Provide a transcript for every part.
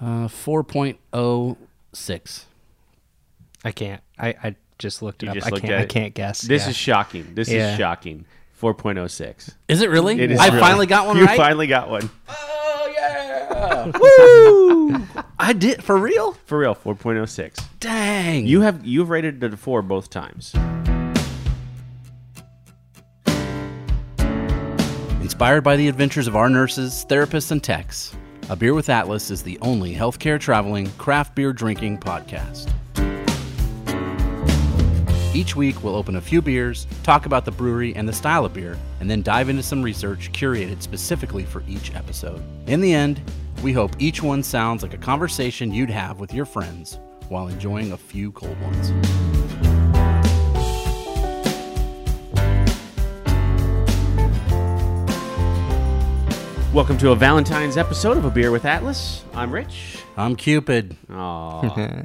Uh, 4.06. I can't. I, I just looked it You up. just I looked can't. at I it. can't guess. This Yeah. is shocking. This Yeah. is shocking. 4.06. Is it really? It is I really- finally got one You right. finally got one. oh yeah! Woo! I did for real. For real, 4.06. Dang. You have you've rated it a 4 both times. Inspired by the adventures of our nurses, therapists, and techs, A Beer with Atlas is the only healthcare traveling, craft beer drinking podcast. Each week, we'll open a few beers, talk about the brewery and the style of beer, and then dive into some research curated specifically for each episode. In the end, we hope each one sounds like a conversation you'd have with your friends while enjoying a few cold ones. Welcome to a Valentine's episode of A Beer with Atlas. I'm Rich. I'm Cupid. Uh-huh. Aw.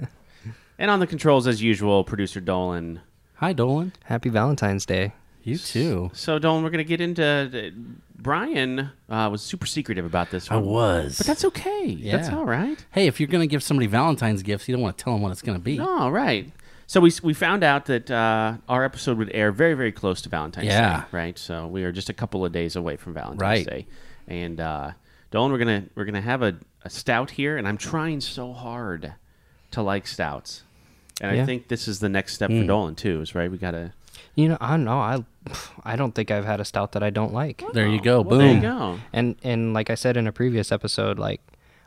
and on the controls, as usual, producer Dolan. Hi, Dolan. Happy Valentine's Day. You too. So, Dolan, we're going to get into. uh, Brian uh, was super secretive about this I one. was. But that's okay. That's all right. Hey, if you're going to give somebody Valentine's gifts, you don't want to tell them what it's going to be. All Oh, right. So we, we found out that uh, our episode would air very very close to Valentine's Yeah. Day, right? So we are just a couple of days away from Valentine's Right. Day, and uh, Dolan, we're gonna we're gonna have a, a stout here, and I'm trying so hard to like stouts, and I Yeah. think this is the next step Hmm. for Dolan too, is right? We gotta You know, I don't know. I I don't think I've had a stout that I don't like. There you go. Oh, Boom. Well, There you go. And and like I said in a previous episode, like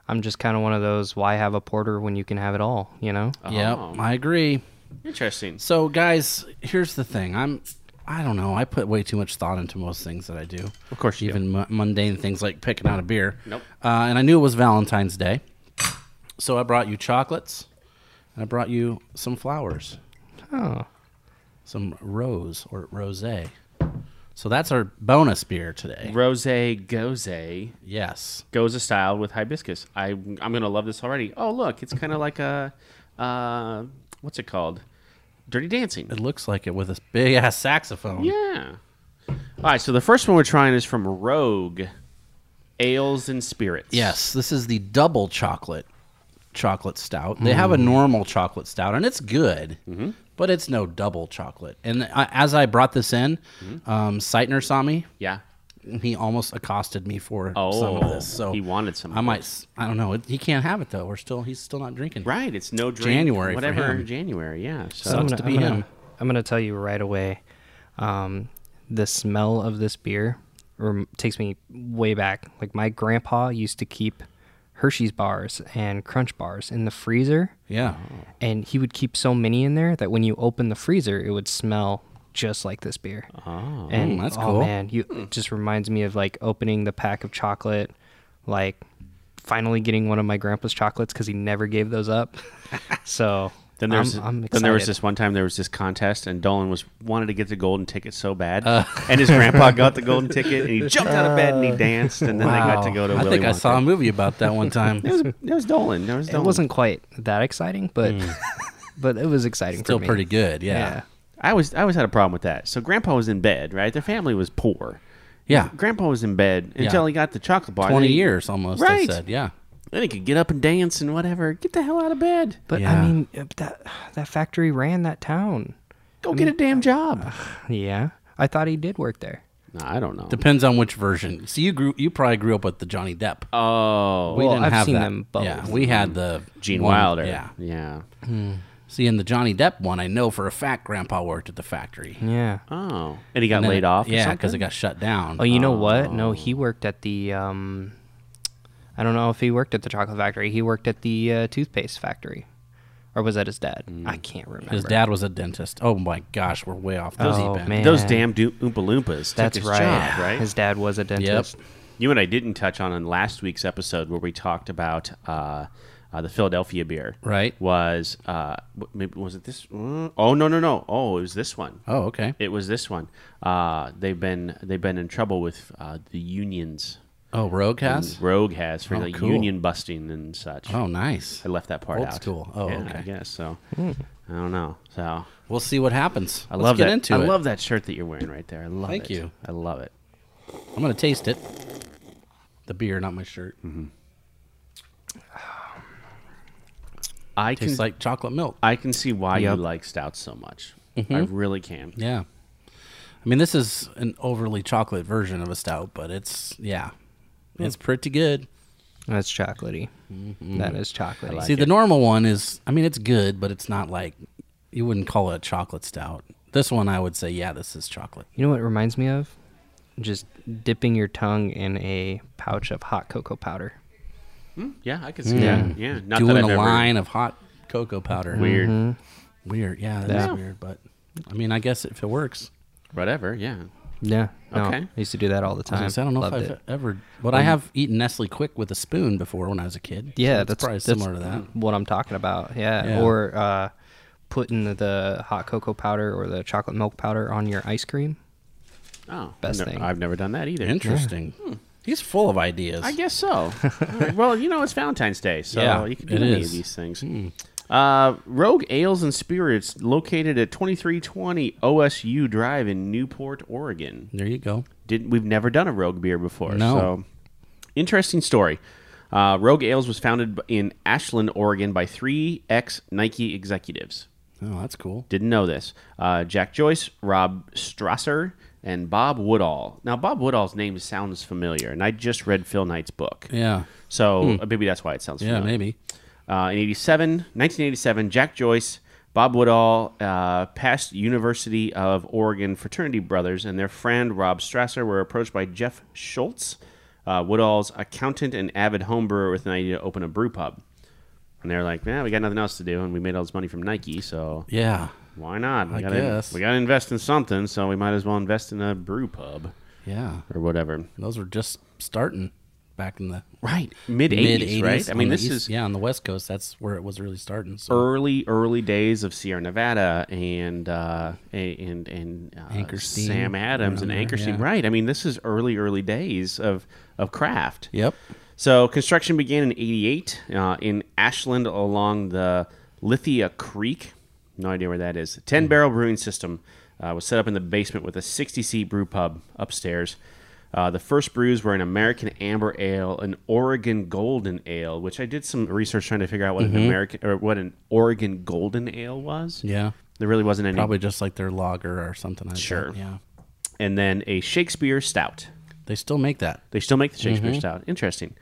I'm just kind of one of those why have a porter when you can have it all, you know? Yep, Oh. I agree. Interesting. So, guys, here's the thing. I'm, I don't know. I put way too much thought into most things that I do. Of course you do. even mu- mundane things like picking out a beer. Nope. Uh, and I knew it was Valentine's Day, so I brought you chocolates, and I brought you some flowers, Oh. some rose or rosé. So that's our bonus beer today. Rose goze Yes. goes a style with hibiscus. I I'm gonna love this already. Oh look, it's kind of like a uh, what's it called? Dirty Dancing. It looks like it with this big ass saxophone. Yeah. All right. So the first one we're trying is from Rogue Ales and Spirits. Yes, this is the double chocolate chocolate stout. They have a Mm. normal chocolate stout, and it's good, Mm-hmm. but it's no double chocolate. And I, as I brought this in, Mm-hmm. um, Seitner saw me. Yeah. and He almost accosted me for Oh, some of this. So he wanted some. I might. s- I don't know. It, he can't have it though. We're still. He's still not drinking. Right. It's no drink. January for Whatever. him. January. Yeah. So Sucks to be I'm gonna, him. I'm gonna tell you right away. Um, the smell of this beer rem- takes me way back. Like my grandpa used to keep Hershey's bars and Crunch bars in the freezer, Yeah. and he would keep so many in there that when you open the freezer, it would smell just like this beer. Oh, and Mm, that's oh, cool. man, you it just reminds me of like opening the pack of chocolate, like finally getting one of my grandpa's chocolates because he never gave those up. So. then there's I'm, I'm then there was excited. this one time there was this contest and Dolan was wanted to get the golden ticket so bad Uh. and his grandpa got the golden ticket and he jumped out of bed and he danced and then they got to go to I Willy think I Wonka. saw a movie about that one time. It was, it was Dolan. It was it Dolan. wasn't quite that exciting, but but it was exciting. Mm. still for me. pretty good. Yeah. Yeah. I always I always had a problem with that. So Grandpa was in bed, right? Their family was poor. Yeah. Grandpa was in bed until he got the chocolate bar. Twenty Then he- years almost. Right. They said. Yeah. Then he could get up and dance and whatever. Get the hell out of bed. But Yeah. I mean, uh, that that factory ran that town. Go Mm. get a damn job. Yeah, I thought he did work there. No, I don't know. Depends on which version. See, you grew. You probably grew up with the Johnny Depp. oh, we Well, didn't I've have seen that. them both. Yeah, we had the Gene one- Wilder. Yeah, Yeah. see, in the Johnny Depp one, I know for a fact Grandpa worked at the factory. Yeah. Oh, and he got And then laid it- off. or Yeah, something? because it got shut down. Oh, you know what? No, he worked at the. Um, I don't know if he worked at the chocolate factory. He worked at the uh, toothpaste factory, or was that his dad? I can't remember. Mm. His dad was a dentist. Oh my gosh, we're way off the Oh, deep end. man. those damn do- Oompa Loompas. That's took his right. Job, right. His dad was a dentist. you and I didn't touch on in last week's episode where we talked about uh, uh, the Philadelphia beer. Right. Was uh, w- maybe was it this? Oh no no no! Oh, it was this one. Oh, okay. It was this one. Uh, they've been they've been in trouble with uh, the unions. Oh, Rogue has. Rogue has for Oh, like cool. union busting and such. Oh, nice. I left that part Old out. school. Oh, Yeah, okay. I guess so. I don't know. So I We'll see what happens. I Let's love get that. into I it. love that shirt that you're wearing right there. I love Thank it. you. I love it. I'm gonna taste it. The beer, not my shirt. I can Tastes like chocolate milk. I can see why Yep. you like stouts so much. Mm-hmm. I really can. Yeah. I mean, this is an overly chocolate version of a stout, but it's yeah, it's pretty good. That's chocolatey. Mm-hmm. That is chocolatey. See, the normal one is, I mean, it's good, but it's not like you wouldn't call it a chocolate stout. This one, I would say, yeah, this is chocolate. you know what it reminds me of? Just dipping your tongue in a pouch of hot cocoa powder. Yeah, I can see that. Yeah, not Mm-hmm. Doing that a I've ever- line Mm-hmm. of hot cocoa powder. Weird. Weird. Yeah, that is Yeah. weird, but I mean, I guess if it works. Whatever. Yeah. Yeah. No, Okay. I used to do that all the I, time. was gonna say, I don't know Loved if I've it. Um, ever, but I have eaten Nestle Quick with a spoon before when I was a kid. so Yeah, it's that's probably that's similar to that. What I'm talking about, yeah. Yeah. Or uh, putting the, the hot cocoa powder or the chocolate milk powder on your ice cream. Oh, Best no, thing. I've never done that either. Interesting. Hmm. He's full of ideas. I guess so. All right. Well, you know, it's Valentine's Day, so Yeah, you can do it any is. Hmm. of these things. Uh, Rogue Ales and Spirits, located at 2320 OSU Drive in Newport, Oregon. There you go. Didn't we've never done a Rogue beer before? No. So interesting story. Uh, Rogue Ales was founded in Ashland, Oregon, by three ex Nike executives. Oh, that's cool. Didn't know this. Uh, Jack Joyce, Rob Strasser, and Bob Woodall. Now, Bob Woodall's name sounds familiar, and I just read Phil Knight's book. Yeah. So uh, maybe that's why it sounds Hmm. Yeah, familiar. maybe. Uh, in 87, 1987, Jack Joyce, Bob Woodall, uh, past University of Oregon fraternity brothers, and their friend Rob Strasser were approached by Jeff Schultz, uh, Woodall's accountant and avid home brewer, with an idea to open a brew pub. And they're like, man, we got nothing else to do, and we made all this money from Nike, so Yeah. why not? We I gotta, guess. We got to invest in something, so we might as well invest in a brew pub Yeah. or whatever. Those were just starting back in the Right. Mid mid 80s, 80s. right? I on mean, the this east- is. yeah, on the West Coast, that's where it was really starting. So early early days of Sierra Nevada and uh, and and uh, Anchorstein Sam Adams and around there, Anchorstein. yeah. Right. I mean, this is early early days of of craft. Yep. So construction began in '88 uh, in Ashland along the Lithia Creek. No idea where that is. Ten barrel brewing system uh, was set up in the basement with a 60 seat brew pub upstairs. Uh, the first brews were an American Amber Ale, an Oregon Golden Ale, which I did some research trying to figure out what an American or what an Oregon Golden Ale was. yeah, There really wasn't any. probably just like their lager or something. Like Sure. That. Yeah, And then a Shakespeare Stout. they still make that. They still make the Shakespeare Stout. Interesting.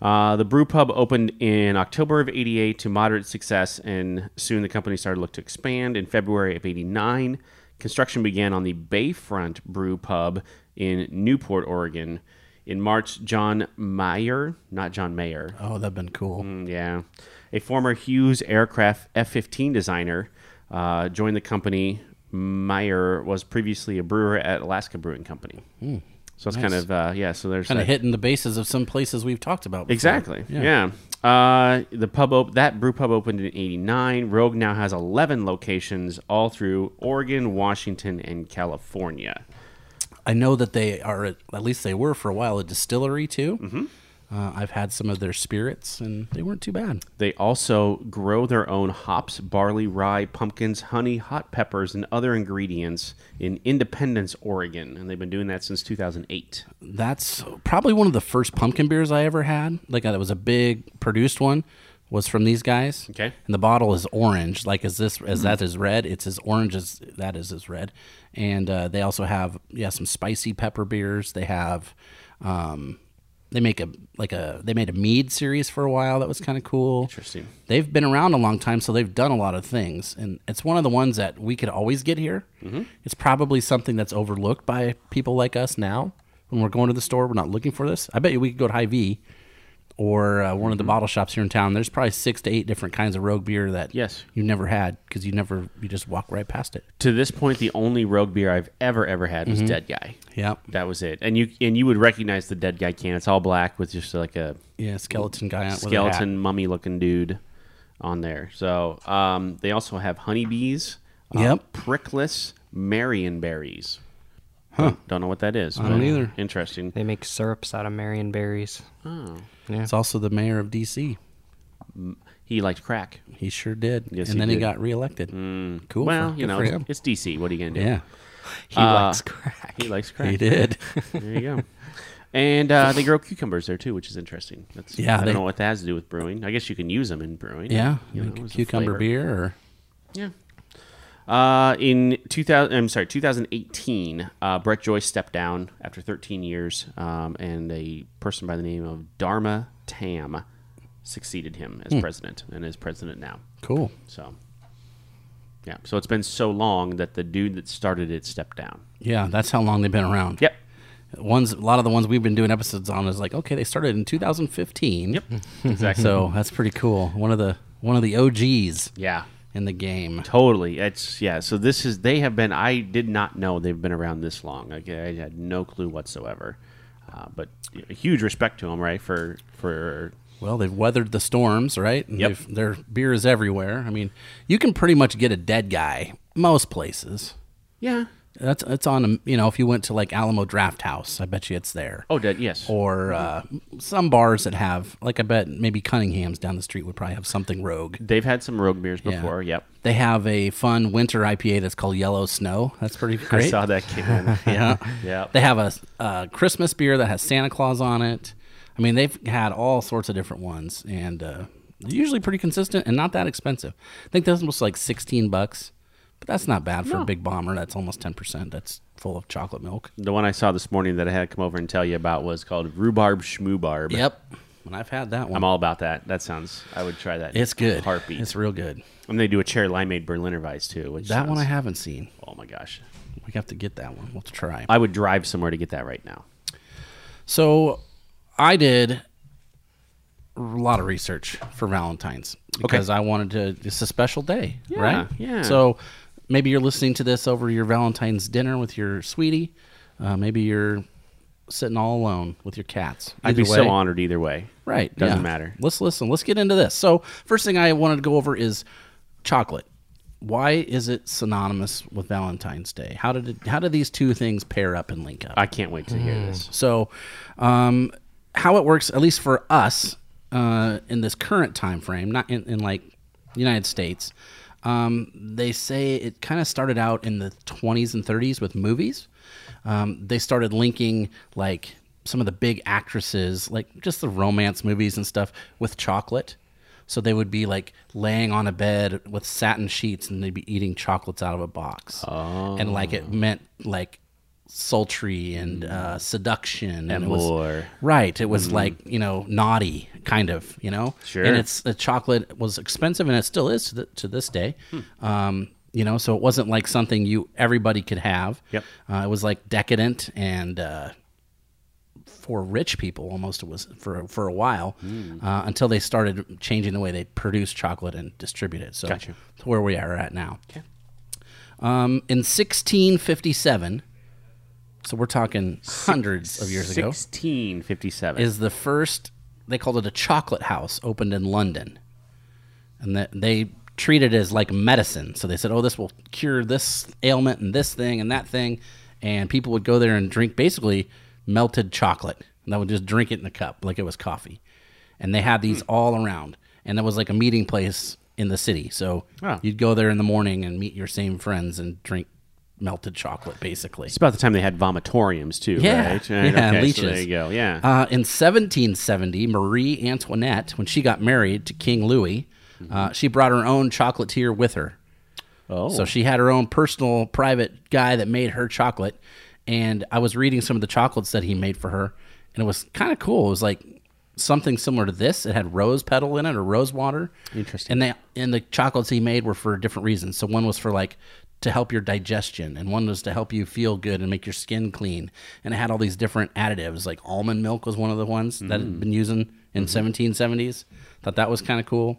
Uh, the brew pub opened in October of 88 to moderate success, and soon the company started to look to expand. In February of 89, construction began on the Bayfront Brew Pub in Newport, Oregon. In March, John Mayer, not John Mayer, Oh, that'd been cool. Mm, Yeah. A former Hughes aircraft F 15 designer uh, joined the company. Meyer was previously a brewer at Alaska Brewing Company. so it's kind of, uh, yeah, so there's Kind that- of hitting the bases of some places we've talked about. Before. Exactly. Yeah. Uh, the pub op- that brew pub opened in '89. Rogue now has 11 locations all through Oregon, Washington, and California. I know that they are at at least they were for a while a distillery too. Mm-hmm. Uh, I've had some of their spirits and they weren't too bad. They also grow their own hops, barley, rye, pumpkins, honey, hot peppers, and other ingredients in Independence, Oregon, and they've been doing that since 2008. That's probably one of the first pumpkin beers I ever had. Like that was a big produced one. Was from these guys. Okay. And the bottle is orange. Like as this as that is red, it's as orange as that is as red. And uh, they also have yeah some spicy pepper beers. They have, um, they make a like a they made a mead series for a while that was kind of cool. Interesting. They've been around a long time, so they've done a lot of things, and it's one of the ones that we could always get here. Mm-hmm. It's probably something that's overlooked by people like us now. When we're going to the store, we're not looking for this. I bet you we could go to High V or uh, one of the Mm-hmm. bottle shops here in town. There's probably six to eight different kinds of Rogue beer that Yes. you've never had because you never you just walk right past it. To this point, the only Rogue beer I've ever ever had was Dead Guy. Yeah, That was it, and you and you would recognize the Dead Guy can. It's all black with just like a yeah, skeleton guy with a hat. skeleton mummy looking dude on there. So um, they also have honeybees, uh, Um, Yep. prickless Marion berries. Huh. Don't, don't know what that is. I don't either. Interesting. They make syrups out of Marion berries. Oh. It's also the mayor of D.C. He liked crack. He sure did, Yes, and he then he did. Mm. got reelected. Cool. Well, for- you good know, for it's, him. it's DC. What are you gonna do? Ah. yeah, He likes crack. He likes crack. he did. There you go. And uh, they grow cucumbers there too, which is interesting. That's, Yeah, I don't they- know what that has to do with brewing. I guess you can use them in brewing. Yeah, you like know, as a cucumber flavor. beer or Yeah. Uh, in 2000, I'm sorry, 2018, uh, Brett Joyce stepped down after 13 years, um, and a person by the name of Dharma Tam succeeded him as president and is president now. cool. So, yeah. So it's been so long that the dude that started it stepped down. Yeah, that's how long they've been around. Yep. Ones a lot of the ones we've been doing episodes on is like okay, they started in 2015. Yep. Exactly. So that's pretty cool. One of the one of the OGs yeah. in the game. Totally. It's yeah. So this is they have been. I did not know they've been around this long. Like, I had no clue whatsoever. Uh, but huge respect to them, right? For for Well, they've weathered the storms, right? And Yep. they've- Their beer is everywhere. I mean, you can pretty much get a dead guy most places. yeah. That's it's on. um, You know, if you went to like Alamo Draft House, I bet you it's there. Oh, dead. Yes. Or uh, some bars that have, like, I bet maybe Cunningham's down the street would probably have something rogue. They've had some rogue beers Yeah. before. Yep. They have a fun winter IPA that's called Yellow Snow. That's pretty great. I saw that. Kid. Yeah. Yep. They have a, a Christmas beer that has Santa Claus on it. I mean, they've had all sorts of different ones, and uh, they're usually pretty consistent and not that expensive. I think this was like sixteen bucks, but that's not bad for a big bomber. That's almost ten percent. That's full of chocolate milk. The one I saw this morning that I had to come over and tell you about was called rhubarb schmoobarb. Yep, and I've had that one. I'm all about that. That sounds. I would try that. in it's good. a Heartbeat. It's real good. and they do a cherry limeade Berliner Weiss too. Which That one I sounds- haven't seen. Oh my gosh. We have to get that one. We'll try. I would drive somewhere to get that right now. So I did a lot of research for Valentine's because I wanted to. It's a special day, right? yeah. So maybe you're listening to this over your Valentine's dinner with your sweetie. Uh, maybe you're sitting all alone with your cats. I'd be Either so way- honored either way. Right. Doesn't yeah. matter. Let's listen. Let's get into this. So, first thing I wanted to go over is chocolate. Why is it synonymous with Valentine's Day? How did it, how do these two things pair up and link up? I can't wait to hear this. So, um, how it works, at least for us uh, in this current time frame, not in, in like the United States, um, they say it kind of started out in the 20s and 30s with movies. Um, they started linking like some of the big actresses, like just the romance movies and stuff, with chocolate. So they would be like laying on a bed with satin sheets and they'd be eating chocolates out of a box. And like it Oh. meant like sultry and Mm. uh, seduction and it was- more. right. It was like you know naughty kind of you know. Mm. Sure. And it's the chocolate was expensive and it still is to, the, to this day. Hmm. Um, you know, so it wasn't like something you everybody could have. Yep. Uh, it was like decadent and uh, for rich people almost it was for for a while uh, until they started changing the way they produce chocolate and distribute it. So Gotcha. to where we are at now. Um, in 1657, so we're talking hundreds of years ago, 1657. is the first they called it a chocolate house opened in London, and that they treated it as like medicine. So they said, "Oh, this will cure this ailment and this thing and that thing," and people would go there and drink basically melted chocolate, and they would just drink it in a cup like it was coffee, and they had these all around, and that was like a meeting place in the city. So Wow. you'd go there in the morning and meet your same friends and drink melted chocolate, basically. it's about the time they had vomitoriums too, Yeah, right? yeah, Right, okay, leeches. So there you go. Yeah. Uh, in 1770, Marie Antoinette, when she got married to King Louis, Mm-hmm. uh, she brought her own chocolatier with her. oh. So she had her own personal, private guy that made her chocolate. And I was reading some of the chocolates that he made for her, and it was kind of cool. It was like something similar to this. It had rose petal in it or rose water. Interesting. And they and the chocolates he made were for different reasons. So one was for like to help your digestion, and one was to help you feel good and make your skin clean. And it had all these different additives. Like almond milk was one of the ones that Mm. had been using Mm-hmm. in 1770s. Thought that was kind of cool.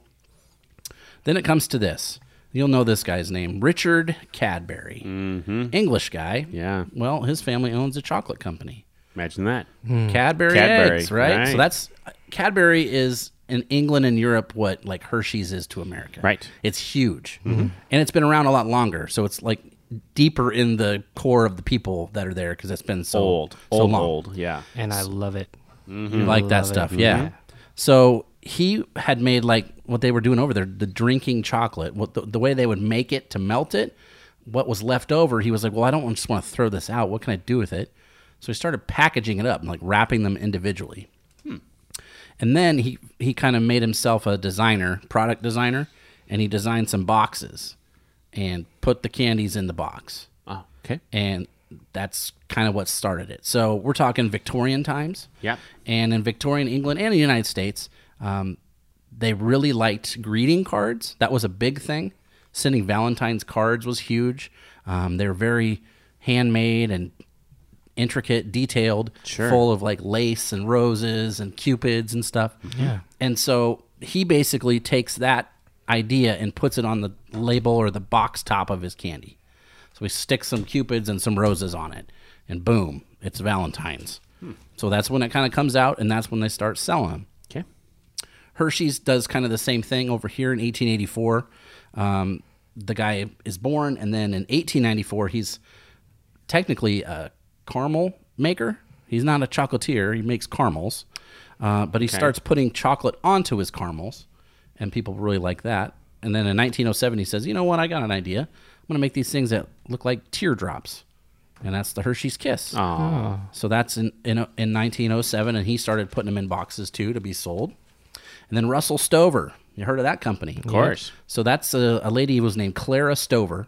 Then it comes to this. You'll know this guy's name, Richard Cadbury, mm-hmm. English guy. Yeah. Well, his family owns a chocolate company, Imagine that. Hmm. Cadbury, Cadbury, eggs, right? right. So that's Cadbury is in England and Europe what like Hershey's is to America. Right. It's huge, and it's been around a lot longer. So it's like deeper in the core of the people that are there because it's been so Old. so old, long. old. Yeah. and I love it. Mm-hmm. You like that Love it. Mm-hmm. stuff, yeah. Yeah. So he had made like what they were doing over there, the drinking chocolate. What the, the way they would make it to melt it, what was left over, he was like, "Well, I don't just want to throw this out. What can I do with it?" So he started packaging it up and like wrapping them individually. And then he he kind of made himself a designer, product designer, and he designed some boxes and put the candies in the box. Oh, okay. And that's kind of what started it. So we're talking Victorian times. Yep. And in Victorian England and the United States, um, they really liked greeting cards. That was a big thing. Sending Valentine's cards was huge. Um, they were very handmade and intricate, detailed, Sure. full of like lace and roses and cupids and stuff. Yeah. And so he basically takes that idea and puts it on the label or the box top of his candy. So he sticks some cupids and some roses on it, and boom, it's Valentine's. So that's when it kind of comes out, and that's when they start selling them. Okay. Hershey's does kind of the same thing over here in 1884. Um, the guy is born, and then in 1894, he's technically a caramel maker. He's not a chocolatier; he makes caramels, uh, but he starts putting chocolate onto his caramels, and people really like that. And then in 1907, he says, "You know what? I got an idea. I'm going to make these things that look like teardrops." And that's the Hershey's Kiss. Oh. So that's in, in in 1907, and he started putting them in boxes too to be sold. And then Russell Stover, you heard of that company? Of course. So that's a, a lady who was named Clara Stover,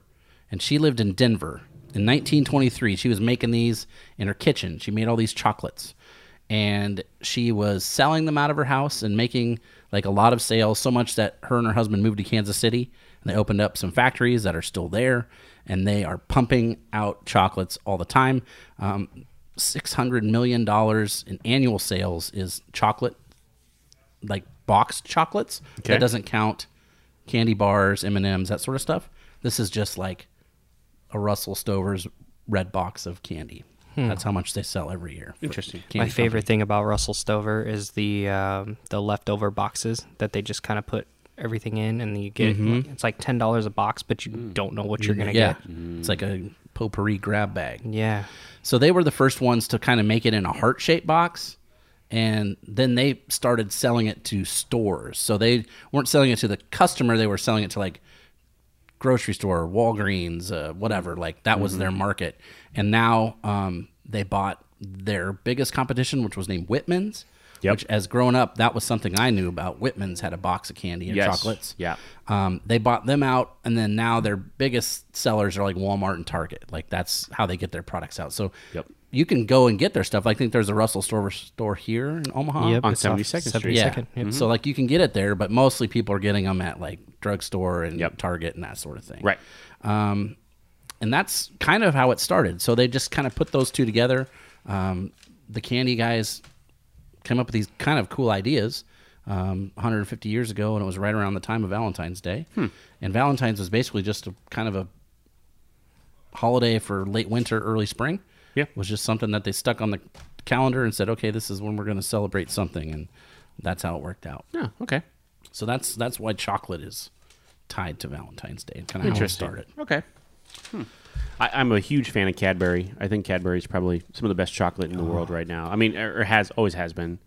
and she lived in Denver. In 1923, she was making these in her kitchen. She made all these chocolates, and she was selling them out of her house and making like a lot of sales. So much that her and her husband moved to Kansas City, and they opened up some factories that are still there, and they are pumping out chocolates all the time. Um, Six hundred million dollars in annual sales is chocolate like boxed chocolates. Okay. That doesn't count candy bars, M and M's, that sort of stuff. This is just like a Russell Stover's red box of candy. That's how much they sell every year. for Hmm. Interesting. candy My favorite thing about Russell Stover is the um, the leftover boxes that they just kind of put everything in, and you get it's like ten dollars a box, but you Mm. don't know what you're gonna company. Mm-hmm. Yeah, get. it's like a potpourri grab bag. Yeah, So they were the first ones to kind of make it in a heart shaped box. And then they started selling it to stores. So they weren't selling it to the customer, they were selling it to like grocery store, Walgreens, uh, whatever. Like that was Mm-hmm. their market. And now um, they bought their biggest competition, which was named Whitman's. Yep. Which, as growing up, that was something I knew about. Whitman's had a box of candy and Yes. chocolates. Yeah. Um, they bought them out, and then now their biggest sellers are like Walmart and Target. Like that's how they get their products out. So Yep. you can go and get their stuff. I think there's a Russell store store here in Omaha. yep. on it's off 72nd Street. Yeah. 72nd, yep. So like you can get it there, but mostly people are getting them at like drugstore and Yep. Target and that sort of thing. Right. And that's kind of how it started. So they just kind of put those two together. Um, the candy guys came up with these kind of cool ideas um, 150 years ago, and it was right around the time of Valentine's Day. And Valentine's was basically just a kind of a holiday for late winter, early spring. Yeah. was just something that they stuck on the calendar and said, "Okay, this is when we're going to celebrate something," and that's how it worked out. Yeah. Ah, Okay. So that's that's why chocolate is tied to Valentine's Day. Kind of how it started. Okay. Hmm. I, I'm a huge fan of Cadbury. I think Cadbury is probably some of the best chocolate in the world right now. I mean, or or has always has been.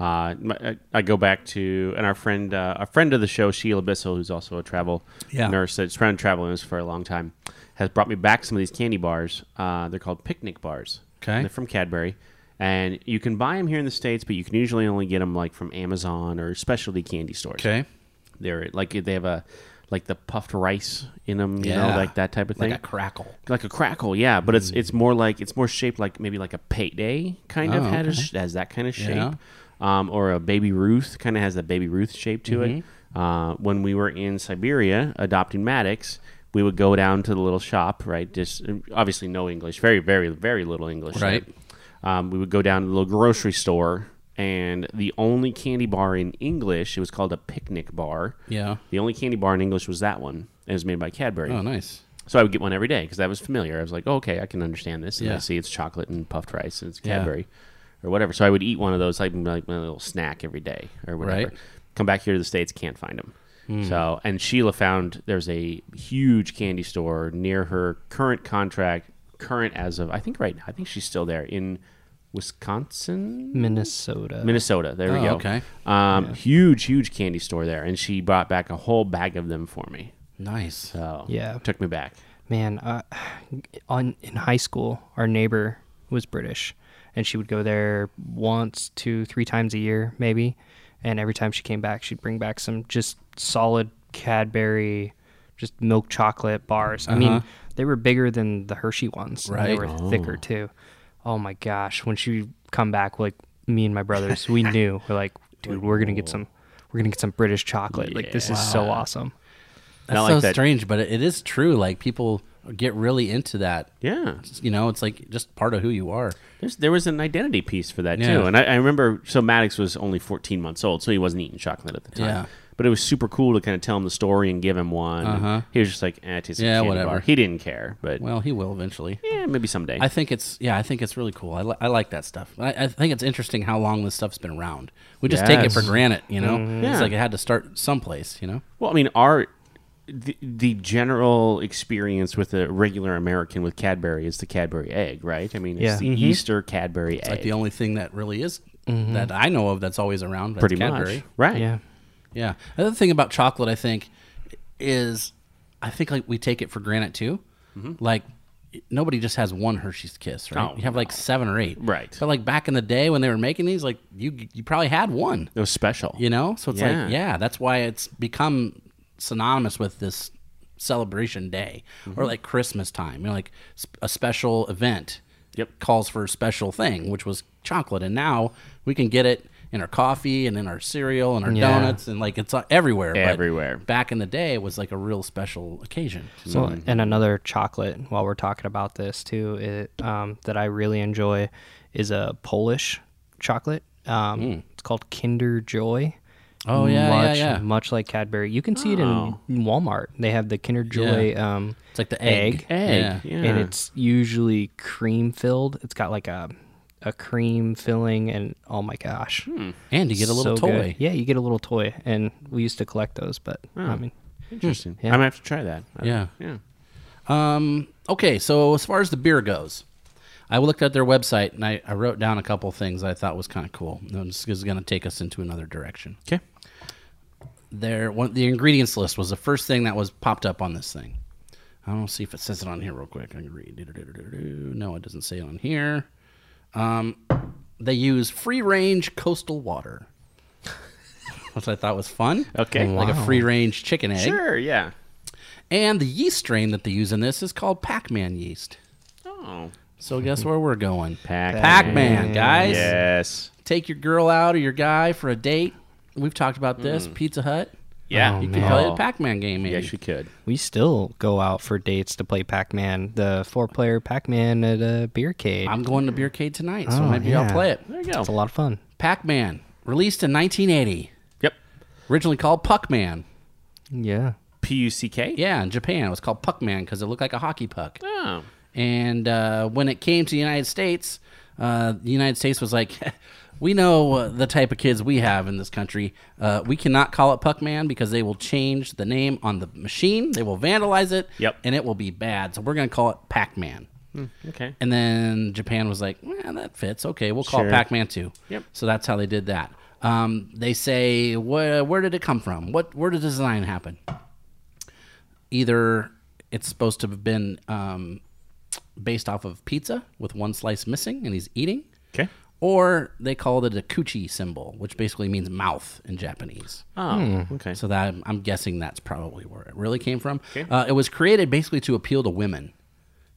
Uh, my, I- I go back to and our friend, uh, a friend of the show, Sheila Bissell, who's also a travel Yeah. nurse that's been traveling with us for a long time, has brought me back some of these candy bars. Uh, they're called picnic bars. Okay. they're from Cadbury, and you can buy them here in the states, but you can usually only get them like from Amazon or specialty candy stores. Okay, They're like they have a like the puffed rice in them, you know, Yeah. like that type of thing, like a crackle. Like a crackle, yeah. But it's it's more like it's more shaped like maybe like a payday kind of Hmm. Oh, had a sh has that kind of shape, Yeah. um, or a baby Ruth kind of has a baby Ruth shape to it. Mm-hmm. Uh, when we were in Siberia adopting Maddox, we would go down to the little shop, right? Just uh, obviously no English, very very very little English, Right. um, we would go down to the little grocery store, and the only candy bar in English, it was called a picnic bar. Yeah. The only candy bar in English was that one. and It was made by Cadbury. Oh, nice. So I would get one every day because that was familiar. I was like, oh, okay, I can understand this. And I Yeah. see it's chocolate and puffed rice and it's Yeah. Cadbury or whatever. So I would eat one of those, like, like my little snack every day or whatever. Right. Hmm. Come back here to the States, can't find them. So, and Sheila found there's a huge candy store near her current contract, current as of, I think right now, I think she's still there in Wisconsin? Minnesota. Minnesota. There Oh, we go. okay. Um, Huge, huge candy store there. And she brought back a whole bag of them for me. Nice. So, Yeah. Took me back. Man, uh, on in high school, our neighbor was British, and she would go there once, two, three times a year, maybe. And every time she came back, she'd bring back some just solid Cadbury, just milk chocolate bars. I mean, they were bigger than the Hershey ones. and They Right. were thicker too. Oh my gosh! When she come back, like me and my brothers, we knew we're like, dude, we're gonna get some, we're gonna get some British chocolate. Like this is so awesome. That's I like so that. strange, but it, it is true. Like people get really into that. Yeah. You know, it's like just part of who you are. There's, there was an identity piece for that Yeah. too, and I, I remember so Maddox was only 14 months old, so he wasn't eating chocolate at the time. Yeah. But it was super cool to kind of tell him the story and give him one. and He was just like, eh, it tastes like Uh-huh. Yeah, candy whatever. bar." He didn't care, but Well, he will eventually. yeah, maybe someday. I think it's yeah. I think it's really cool. I, li- I like that stuff. I, I think it's interesting how long this stuff's been around. We just take it Yes. Mm-hmm. for granted, you know. Yeah. It's like it had to start someplace, you know. Well, I mean, our the, the general experience with a regular American with Cadbury is the Cadbury egg, right? I mean, it's Yeah. the Easter Cadbury egg, Mm-hmm. Like the only thing that really is that I know of that's always around. That's Mm-hmm. pretty Cadbury. much, right? Yeah. Yeah. Another thing about chocolate, I think, is I think like we take it for granted too. Like nobody just has one Hershey's Kiss, right? Mm-hmm. Oh, you have like seven or eight, Right. But like back in the day when they were making these, like you you probably had one, It was special. you know. So it's Yeah. like yeah, that's why it's become synonymous with this celebration day Mm-hmm. or like Christmas time. You know, like sp- a special event. Yep. Calls for a special thing, which was chocolate, and now we can get it in our coffee and in our cereal and our Yeah. donuts and like it's uh, everywhere. but Everywhere. back in the day, it was like a real special occasion. So, and another chocolate while we're talking about this too, it, um, that I really enjoy is a Polish chocolate. Um, It's called Kinder Joy. Mm. Oh, yeah, yeah, much, yeah. Much like Cadbury, you can see it in Walmart. They have the Kinder Joy. Um, It's like the egg. egg. Yeah. and it's usually cream filled. It's got like a a cream filling, and oh my gosh, And you Hmm. get a little So good. toy. Yeah, you get a little toy, and we used to collect those, but I mean, interesting. I might have to try that. I- Mm-hmm. Yeah. yeah. Um, okay, so as far as the beer goes, I looked at their website and I, I wrote down a couple things I thought was kind of cool. And This is going to take us into another direction. Okay. Their one, the ingredients list was the first thing that was popped up on this thing. I don't see if it says it on here real quick. I can read. Do-do-do-do-do. No, it doesn't say it on here. Um, they use free range coastal water, which I thought was fun. Okay. like a free range chicken egg. Sure. Yeah. And the yeast strain that they use in this is called Pac-Man yeast. Oh. So guess where we're going? Pac- Pac-Man, guys. Yes. Take your girl out or your guy for a date. We've talked about this. Pizza Hut. Yeah. Oh, You man. could play a Pac-Man game, maybe. Yes, you could. we still go out for dates to play Pac Man, the four player Pac Man at a beer cave. I'm going to Beercade tonight, so Oh, maybe I'll yeah. play it. There you go. It's a lot of fun. Pac-Man, released in 1980, Yep. originally called Puckman. Yeah. P U C K. Yeah, in Japan, it was called Puckman because it looked like a hockey puck. Oh. And uh, when it came to the United States, uh, the United States was like, we know uh, the type of kids we have in this country. Uh, we cannot call it Puckman because they will change the name on the machine, they will vandalize it, Yep. and it will be bad. So we're going to call it Pac Man. Okay. And then Japan was like, well, that fits. Okay, we'll call it Sure. Pac Man 2. Yep. So that's how they did that. Um, they say, where, where did it come from? What, where did the design happen? Either it's supposed to have been um, based off of pizza with one slice missing and he's eating, Okay. or they called it a kuchi symbol, which basically means mouth in Japanese. Oh. Okay. So that I'm guessing that's probably where it really came from. Uh, it was created basically to appeal to women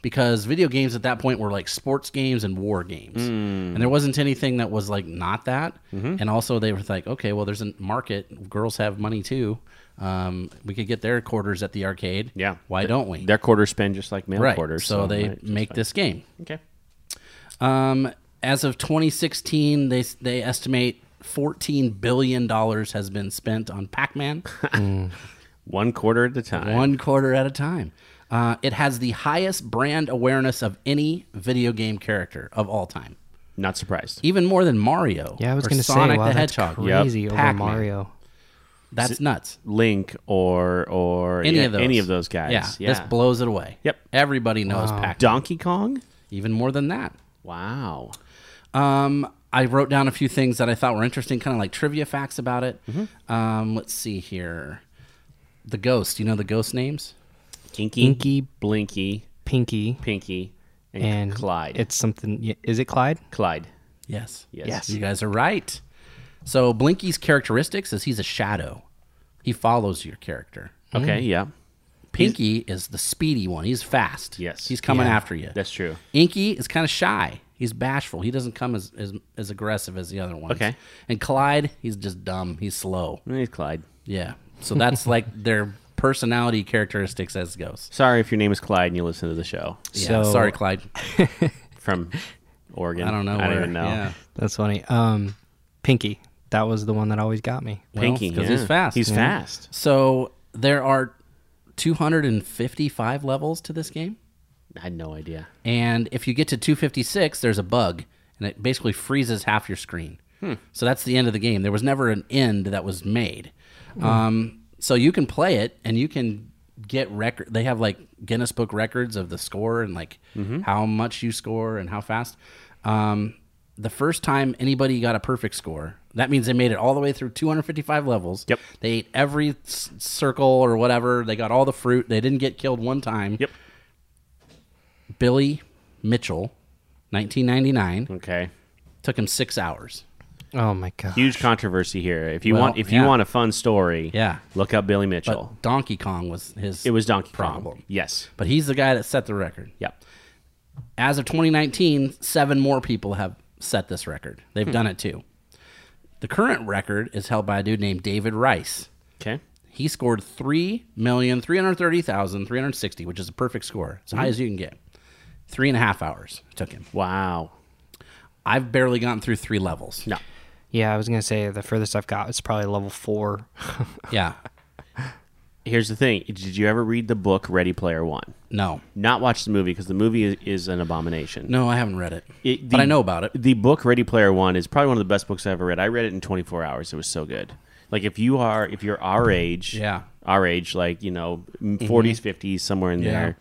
because video games at that point were like sports games and war games, Hmm. and there wasn't anything that was like not that. Mm-hmm. And also they were like, okay, well, there's a market. Girls have money too. Um, we could get their quarters at the arcade. Yeah. why don't we? Their quarters spend just like male right. quarters. so, they right, just make like- this game. Okay. Um, as of 2016, they they estimate 14 billion dollars has been spent on Pac-Man. One quarter at a time. one quarter at a time. Uh, it has the highest brand awareness of any video game character of all time, Not surprised. even more than Mario. Yeah, I was or going to say, Sonic wow, the that's Hedgehog. crazy over Pac-Man. Mario. That's nuts. Link or or Any yeah, of those? any of those guys. Yeah, this blows it away. Yep. everybody knows Pac. Donkey Kong. Even more than that. Wow. Um, I wrote down a few things that I thought were interesting, kind of like trivia facts about it. Mm-hmm. Um, let's see here. The ghost. You know the ghost names. Kinky, Inky, Blinky, Pinky, Pinky, And Clyde. It's something. y- Is it Clyde? Clyde. Yes. Yes. Yes. You guys are right. So Blinky's characteristics is he's a shadow. He follows your character. Okay, yeah. Pinky is the speedy one. He's fast. Yes. He's coming Yeah. after you. That's true. Inky is kind of shy. He's bashful. He doesn't come as, as as aggressive as the other ones. Okay. And Clyde, he's just dumb. He's slow. He's Clyde. Yeah. So that's like their personality characteristics as it goes. Sorry if your name is Clyde and you listen to the show Yeah. So- Sorry, Clyde. from Oregon. I don't know. I don't where- even know. yeah. That's funny. Um, Pinky. That was the one that always got me. Well, Pinky. it's 'cause Because he's fast. He's Yeah. fast. So there are 255 levels to this game. I had no idea. And if you get to 256, there's a bug, and it basically freezes half your screen. So that's the end of the game. There was never an end that was made. Um, so you can play it, and you can get record. They have like Guinness Book records of the score and like how much you score and how fast. Um, the first time anybody got a perfect score, that means they made it all the way through 255 levels. Yep. They ate every s- circle or whatever. They got all the fruit. They didn't get killed one time. Yep. Billy Mitchell, 1999. Okay. Took him six hours. Oh my god. Huge controversy here. If you Well, want, if yeah. you want a fun story, Yeah. look up Billy But Mitchell. Donkey Kong was his. it was Donkey problem. Kong. Yes. But he's the guy that set the record. Yep. As of 2019, seven more people have set this record. Hmm. They've done it too. The current record is held by a dude named David Rice. Okay. He scored 3,330,360, which is a perfect score, as Hmm. high as you can get. Three and a half hours it took him. Wow. I've barely gotten through three levels. No. Yeah, I was gonna say the furthest I've got is probably level four. Yeah. Here's the thing. Did you ever read the book Ready Player One? No. Not watch the movie because the movie is, is an abomination. No, I haven't read it. It- but the- I know about it. The book Ready Player One is probably one of the best books I ever read. I read it in 24 hours. It was so good. Like if you are if you're our age, Yeah. Mm-hmm. our age, like you know, 40s, 50s, somewhere in Yeah. there.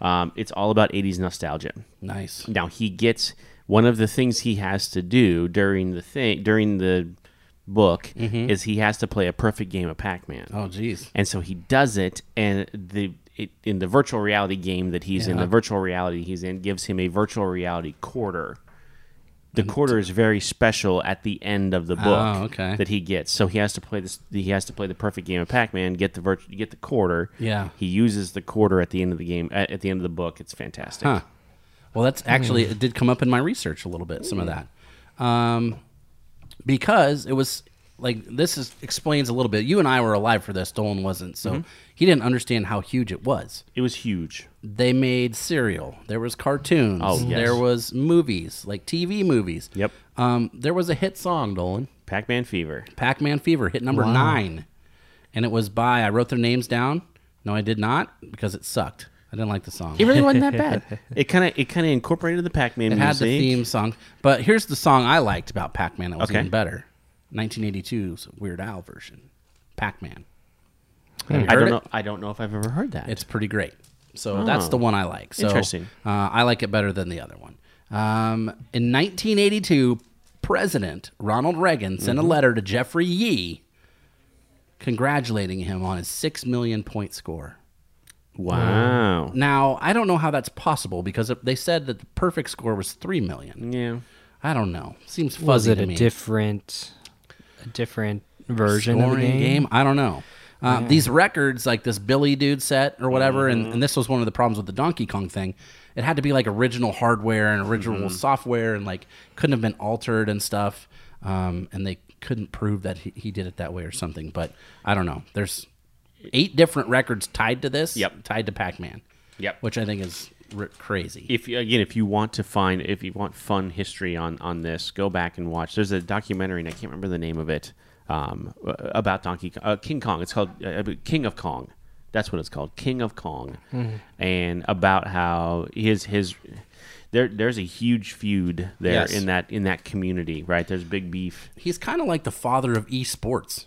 Um, it's all about 80s nostalgia. Nice. Now he gets one of the things he has to do during the thing during the book Mm-hmm. is he has to play a perfect game of Pac-Man. Oh, geez. And so he does it, and the it, in the virtual reality game that he's in, the virtual reality he's in gives him a virtual reality quarter. The quarter is very special at the end of the book Oh, okay. that he gets. So he has to play this. He has to play the perfect game of Pac-Man. Get the virt- get the quarter. Yeah. He uses the quarter at the end of the game. At, at the end of the book, it's fantastic. Huh. Well, that's actually it did come up in my research a little bit. Some of that, um, because it was like this is explains a little bit. You and I were alive for this. Dolan wasn't, so Mm-hmm. he didn't understand how huge it was. It was huge. They made cereal. There was cartoons. Oh, yes. There was movies, like TV movies. Yep. Um, there was a hit song, Dolan. Pac-Man Fever. Pac-Man Fever hit number nine, and it was by I wrote their names down. No, I did not because it sucked. I didn't like the song. It really wasn't that bad. it kind of it kind of incorporated the Pac-Man It music. had the theme song, but here's the song I liked about Pac-Man that was Okay. even better: 1982's Weird Al version, Pac-Man. I don't know. I don't know if I've ever heard that. It's pretty great. So that's the one I like. So, Interesting. Uh, I like it better than the other one. Um, in 1982, President Ronald Reagan sent a letter to Jeffrey Yee, congratulating him on his six million point score. wow. Now I don't know how that's possible because it- they said that the perfect score was three million. Yeah. I don't know. Seems fuzzy was it to a me. different, a different version of the scoring game? game? I don't know. Uh, These records, like this Billy dude set or whatever, Mm-hmm. and, and this was one of the problems with the Donkey Kong thing. It had to be like original hardware and original Mm-hmm. software, and like couldn't have been altered and stuff. Um, and they couldn't prove that he, he did it that way or something. But I don't know. There's eight different records tied to this. Yep. Tied to Pac-Man. Yep. Which I think is r- crazy. If you- again, if you want to find, if you want fun history on on this, go back and watch. There's a documentary, and I can't remember the name of it, um, about Donkey Kong, uh, King Kong. It's called uh, King of Kong. That's what it's called, King of Kong, Mm-hmm. and about how his his. There, there's a huge feud there Yes. in that in that community, right? There's big beef. He's kind of like the father of esports.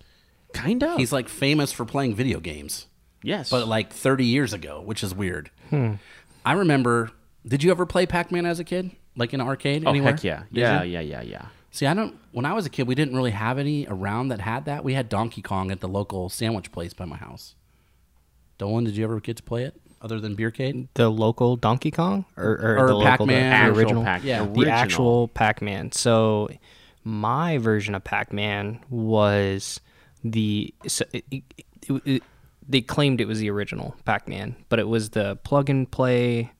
Kind of. He's like famous for playing video games. yes, but like 30 years ago, which is weird. Hmm. I remember. Did you ever play Pac Man as a kid, like in an arcade? oh anywhere? heck yeah, Did yeah, you? yeah, yeah, yeah. See, I don't. When I was a kid, we didn't really have any around that had that. We had Donkey Kong at the local sandwich place by my house. Dolan, did you ever get to play it? other than Beercade? the local Donkey Kong or, or, Or the local, the, Pac-Man. the Actual original, Pac- Yeah. the actual Pac-Man. So my version of Pac-Man was the so it, it, it, it- they claimed it was the original Pac-Man, but it was the plug and play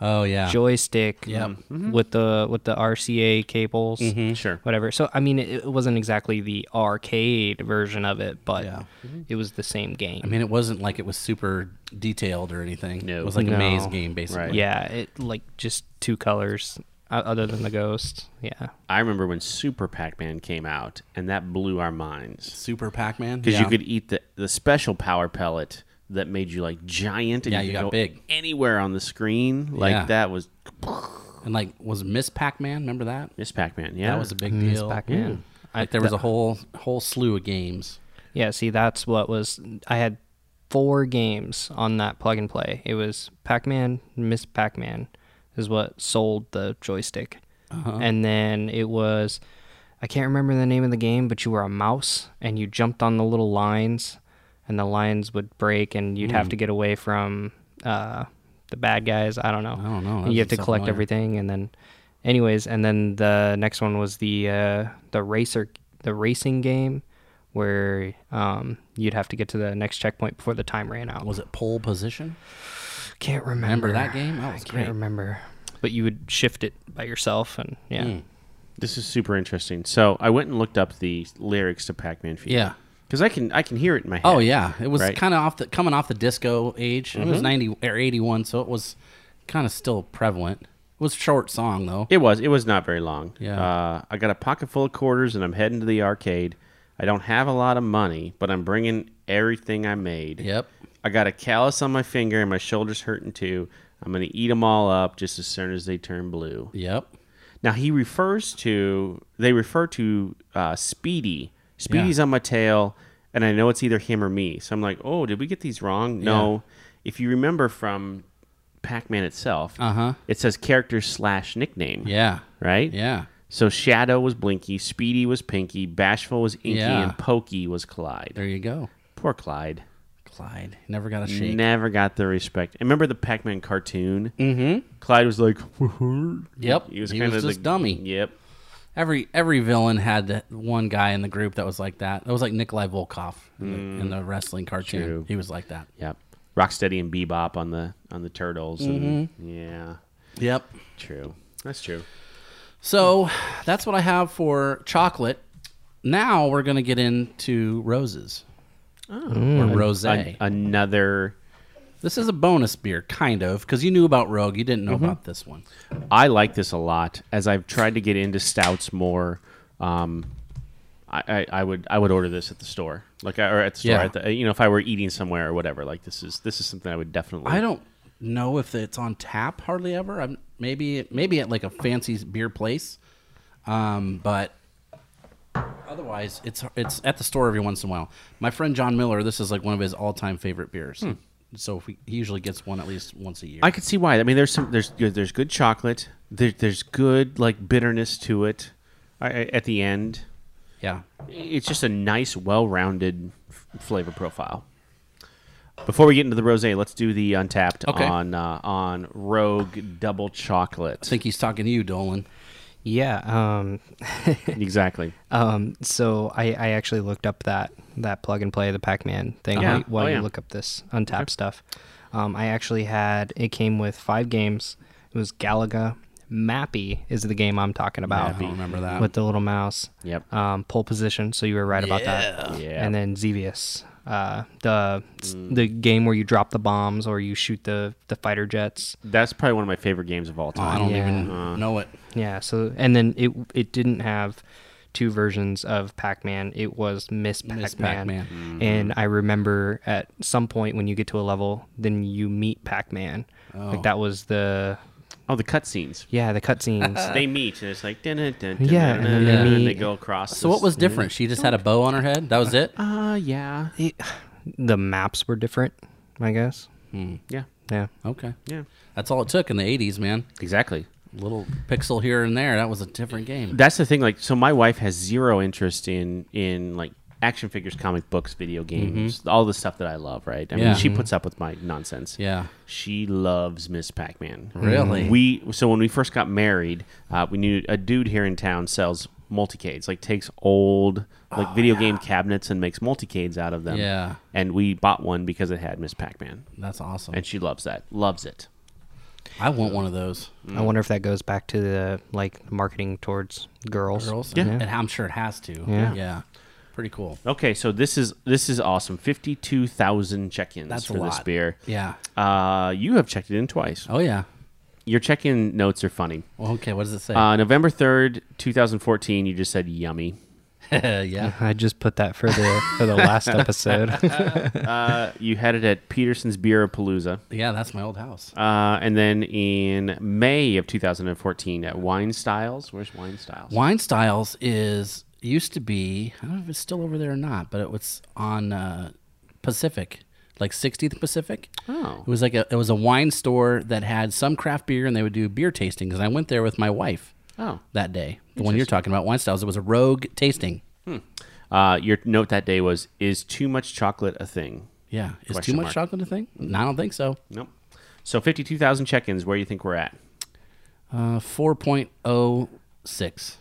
Oh yeah. joystick um, Yep. Mm-hmm. with the with the RCA cables, Sure. whatever. So I mean, it, it wasn't exactly the arcade version of it, but Yeah. it was the same game. I mean, it wasn't like it was super detailed or anything. No. It was like a No. maze game, basically. Right. yeah, it like just two colors o- other than the ghost. Yeah. I remember when Super Pac-Man came out, and that blew our minds Super Pac-Man. because Yeah. you could eat the the special power pellet that made you like giant. And Yeah, you, you could got go big. anywhere on the screen. Like Yeah. that was and like was Miss Pac-Man. Remember that? Miss Pac-Man. Yeah, That was a big Miss deal. Hmm. Pac-Man. Like there was a whole whole slew of games. Yeah, see that's what was I had four games on that plug and play. It was Pac-Man, Miss Pac-Man is what sold the joystick. Uh-huh. And then it was I can't remember the name of the game, but you were a mouse and you jumped on the little lines and the lines would break and you'd Hmm. have to get away from uh the bad guys, I don't know. I don't know. That You have doesn't to sound collect familiar. everything and then anyways and then the next one was the uh the racer the racing game where um you'd have to get to the next checkpoint before the time ran out Was it Pole Position? can't remember, Remember that game? That was i great. can't remember but you would shift it by yourself and yeah Hmm. This is super interesting. So I went and looked up the lyrics to Pac-Man Fever. Yeah. because I can I can hear it in my head. Oh yeah, it was Right. kind of off the coming off the disco age. It was ninety or eighty one, so it was kind of still prevalent. It was a short song though. It was. It was not very long. Yeah. Uh, I got a pocket full of quarters and I'm heading to the arcade. I don't have a lot of money, but I'm bringing everything I made. Yep. I got a callus on my finger and my shoulder's hurting too. I'm going to eat them all up just as soon as they turn blue. Yep. Now he refers to they refer to uh, Speedy. Speedy's on my tail, and I know it's either him or me. So I'm like, oh, did we get these wrong? No. If you remember from Pac-Man itself, Uh-huh. it says character slash nickname. Yeah. Right. Yeah. So Shadow was Blinky, Speedy was Pinky, Bashful was Inky, Yeah. and Pokey was Clyde. There you go. Poor Clyde. Clyde never got a shake. Never got the respect. And remember the Pac-Man cartoon? Mm-hmm. Clyde was like, Yep. He was, just dummy. Yep. Every every villain had the one guy in the group that was like that. That was like Nikolai Volkov in, the, in the wrestling cartoon. True. He was like that. Yep. Rocksteady and Bebop on the on the Turtles. And, yeah. Yep. True. That's true. So that's what I have for chocolate. Now we're gonna get into roses. Oh, or rose. An- another. This is a bonus beer, kind of, because you knew about Rogue. You didn't know about this one. I like this a lot. As I've tried to get into stouts more, um, I, I, I would I would order this at the store, like or at the store, Yeah. at the, you know, if I were eating somewhere or whatever. Like this is this is something I would definitely. I don't know if it's on tap hardly ever. I'm, maybe maybe at like a fancy beer place, um, but otherwise it's it's at the store every once in a while. My friend John Miller, this is like one of his all time favorite beers. So if we, he usually gets one at least once a year. I could see why. I mean, there's some there's good, there's good chocolate. There, there's good like bitterness to it I, I, at the end. yeah, It's just a nice, well-rounded f- flavor profile. Before we get into the rosé, let's do the untapped Okay. on uh, on Rogue Double I Chocolate. think he's talking to you, Dolan. yeah um exactly. um so I I actually looked up that that plug and play the Pac-Man thing Yeah. while, while Oh, you yeah. look up this untapped stuff. Um I actually had it came with five games. It was Galaga Mappy is the game I'm talking about. I don't remember that. with the little mouse. Yep. Um, pole position. So you were right about that. Yeah. Mm. And then Xevious, uh, the the game where you drop the bombs or you shoot the the fighter jets. That's probably one of my favorite games of all I Oh, time. don't Yeah. even Uh, know it. Yeah. So and then it it didn't have two versions of Pac-Man. It was Miss Pac-Man. Pac-Man. And Mm-hmm. I remember at some point when you get to a level, then you meet Pac-Man. Like that was the Oh, the cutscenes. yeah the cutscenes. They meet and it's like dun, dun, dun, dun, Yeah, and dun, then dun, they dun, and meet. they go across. So what was different? She just had a bow on her head. That was it. Uh yeah. It- the maps were different, I guess. Yeah. Yeah. Okay, Yeah. that's all it took in the '80s, man. Exactly. Little pixel here and there. That was a different game. That's the thing. Like, so my wife has zero interest in in like action figures, comic books, video games, all the stuff that I love, right? I Mm-hmm. Yeah. mean, she Mm-hmm. puts up with my nonsense. Yeah. She loves Miss Pac Man. Really? We so when we first got married, uh, we knew a dude here in town sells multicades, like takes old like video game cabinets and makes multicades out of them. Oh, Yeah. And we bought one because it had Miss Pac Man. That's awesome. And she loves that. Loves it. I want one of those. I Mm. wonder if that goes back to the like marketing towards girls. Girls? Yeah. And I'm sure it has to. Yeah. Yeah. Pretty cool. Okay, so this is this is awesome. Fifty two thousand check ins That's a for this lot. beer. Yeah. Uh, you have checked it in twice. Oh, yeah. Your check in notes are funny. Well, okay. What does it say? Uh, November third, two thousand fourteen. You just said yummy. yeah. I just put that for the for the last episode. Uh, you had it at Peterson's Beer Palooza. Yeah. That's my old house. Uh, and then in May of 2014 at Wine Styles. Where's Wine Styles? Wine Styles is used to be. I don't know if it's still over there or not, but it was on uh, Pacific, like 60th Pacific. Oh. It was like a it was a wine store that had some craft beer, and they would do beer tastings. And I went there with my wife Oh. that day. The one you're talking about, Wine Styles. It was a rogue tasting. Uh, your note that day was Is too much chocolate a thing? Yeah, is Question too much mark. chocolate a thing? No, I don't think so. Nope. So 52,000 check ins. Where do you think we're at? Uh, Four point oh six.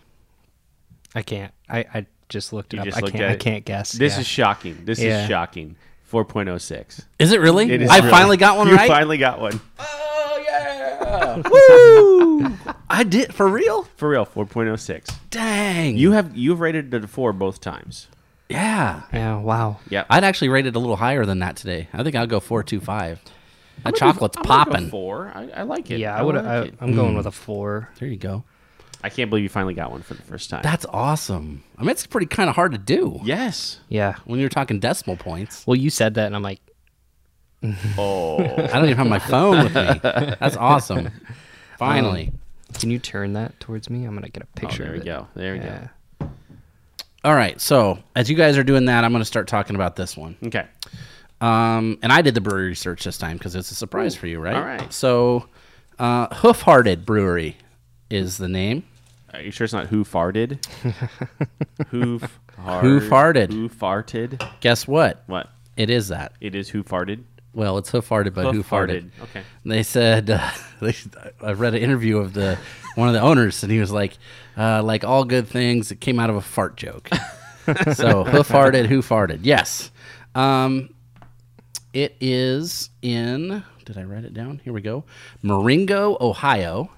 I can't. I, I just looked it You up. just I looked can't. at I it. can't guess. This Yeah. is shocking. This Yeah. is shocking. 4.06. Is it really? It is I really- finally got one you right. finally got one. oh yeah! Woo! I did for real. For real, 4.06. Dang. You have you've rated it a 4 both times. yeah. yeah. Wow. Yep. I'd actually rate it a little higher than that today. I think I'll go four two five. That chocolate's I'm gonna go popping. 4. I, I like it. Yeah. I would. like I, it. I'm going with a four. There you go. I can't believe you finally got one for the first time. That's awesome. I mean, it's pretty kind of hard to do yes. Yeah. when you're talking decimal points. Well, you said that, and I'm like, Oh. I don't even have my phone with me. That's awesome. Finally. Um, can you turn that towards me? I'm gonna get a picture. Oh, there of we it. go. There we go. Yeah. All right. So as you guys are doing that, I'm going to start talking about this one. Okay. Um, and I did the brewery research this time because it's a surprise for you, right? all right. So, uh, Hoofhearted Brewery is the name. Are you sure it's not who farted? Hoof hard, Who farted? Who farted? Guess what? What? It is that. It is who farted. Well, it's Hoofhearted, but Uh, Who Hoof Farted. Okay. And they said uh, they, I read an interview of the one of the owners, and he was like, uh, "Like all good things, it came out of a fart joke." so hoof farted, who farted? Yes, um, it is in. Did I write it down? Here we go, Marengo, Ohio.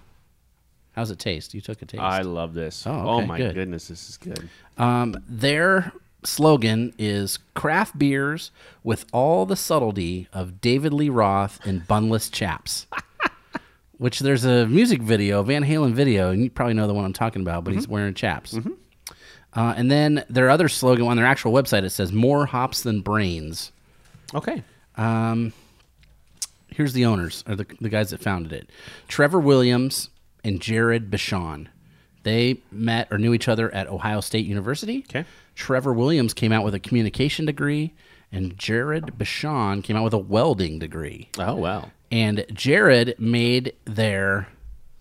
How's it taste? You took a taste. I love this. Oh, okay, my good. goodness, this is good. Um, their slogan is craft beers with all the subtlety of David Lee Roth and bunless chaps. Which there's a music video, Van Halen video, and you probably know the one I'm talking about, but he's wearing chaps. Uh, and then their other slogan on their actual website it says "More hops than brains." Okay. Here's the owners or the, the guys that founded it: Trevor Williams and Jared Bashan. They met or knew each other at Ohio State University. Okay. Trevor Williams came out with a communication degree, and Jared Bashan came out with a welding degree. Oh wow. And Jared made their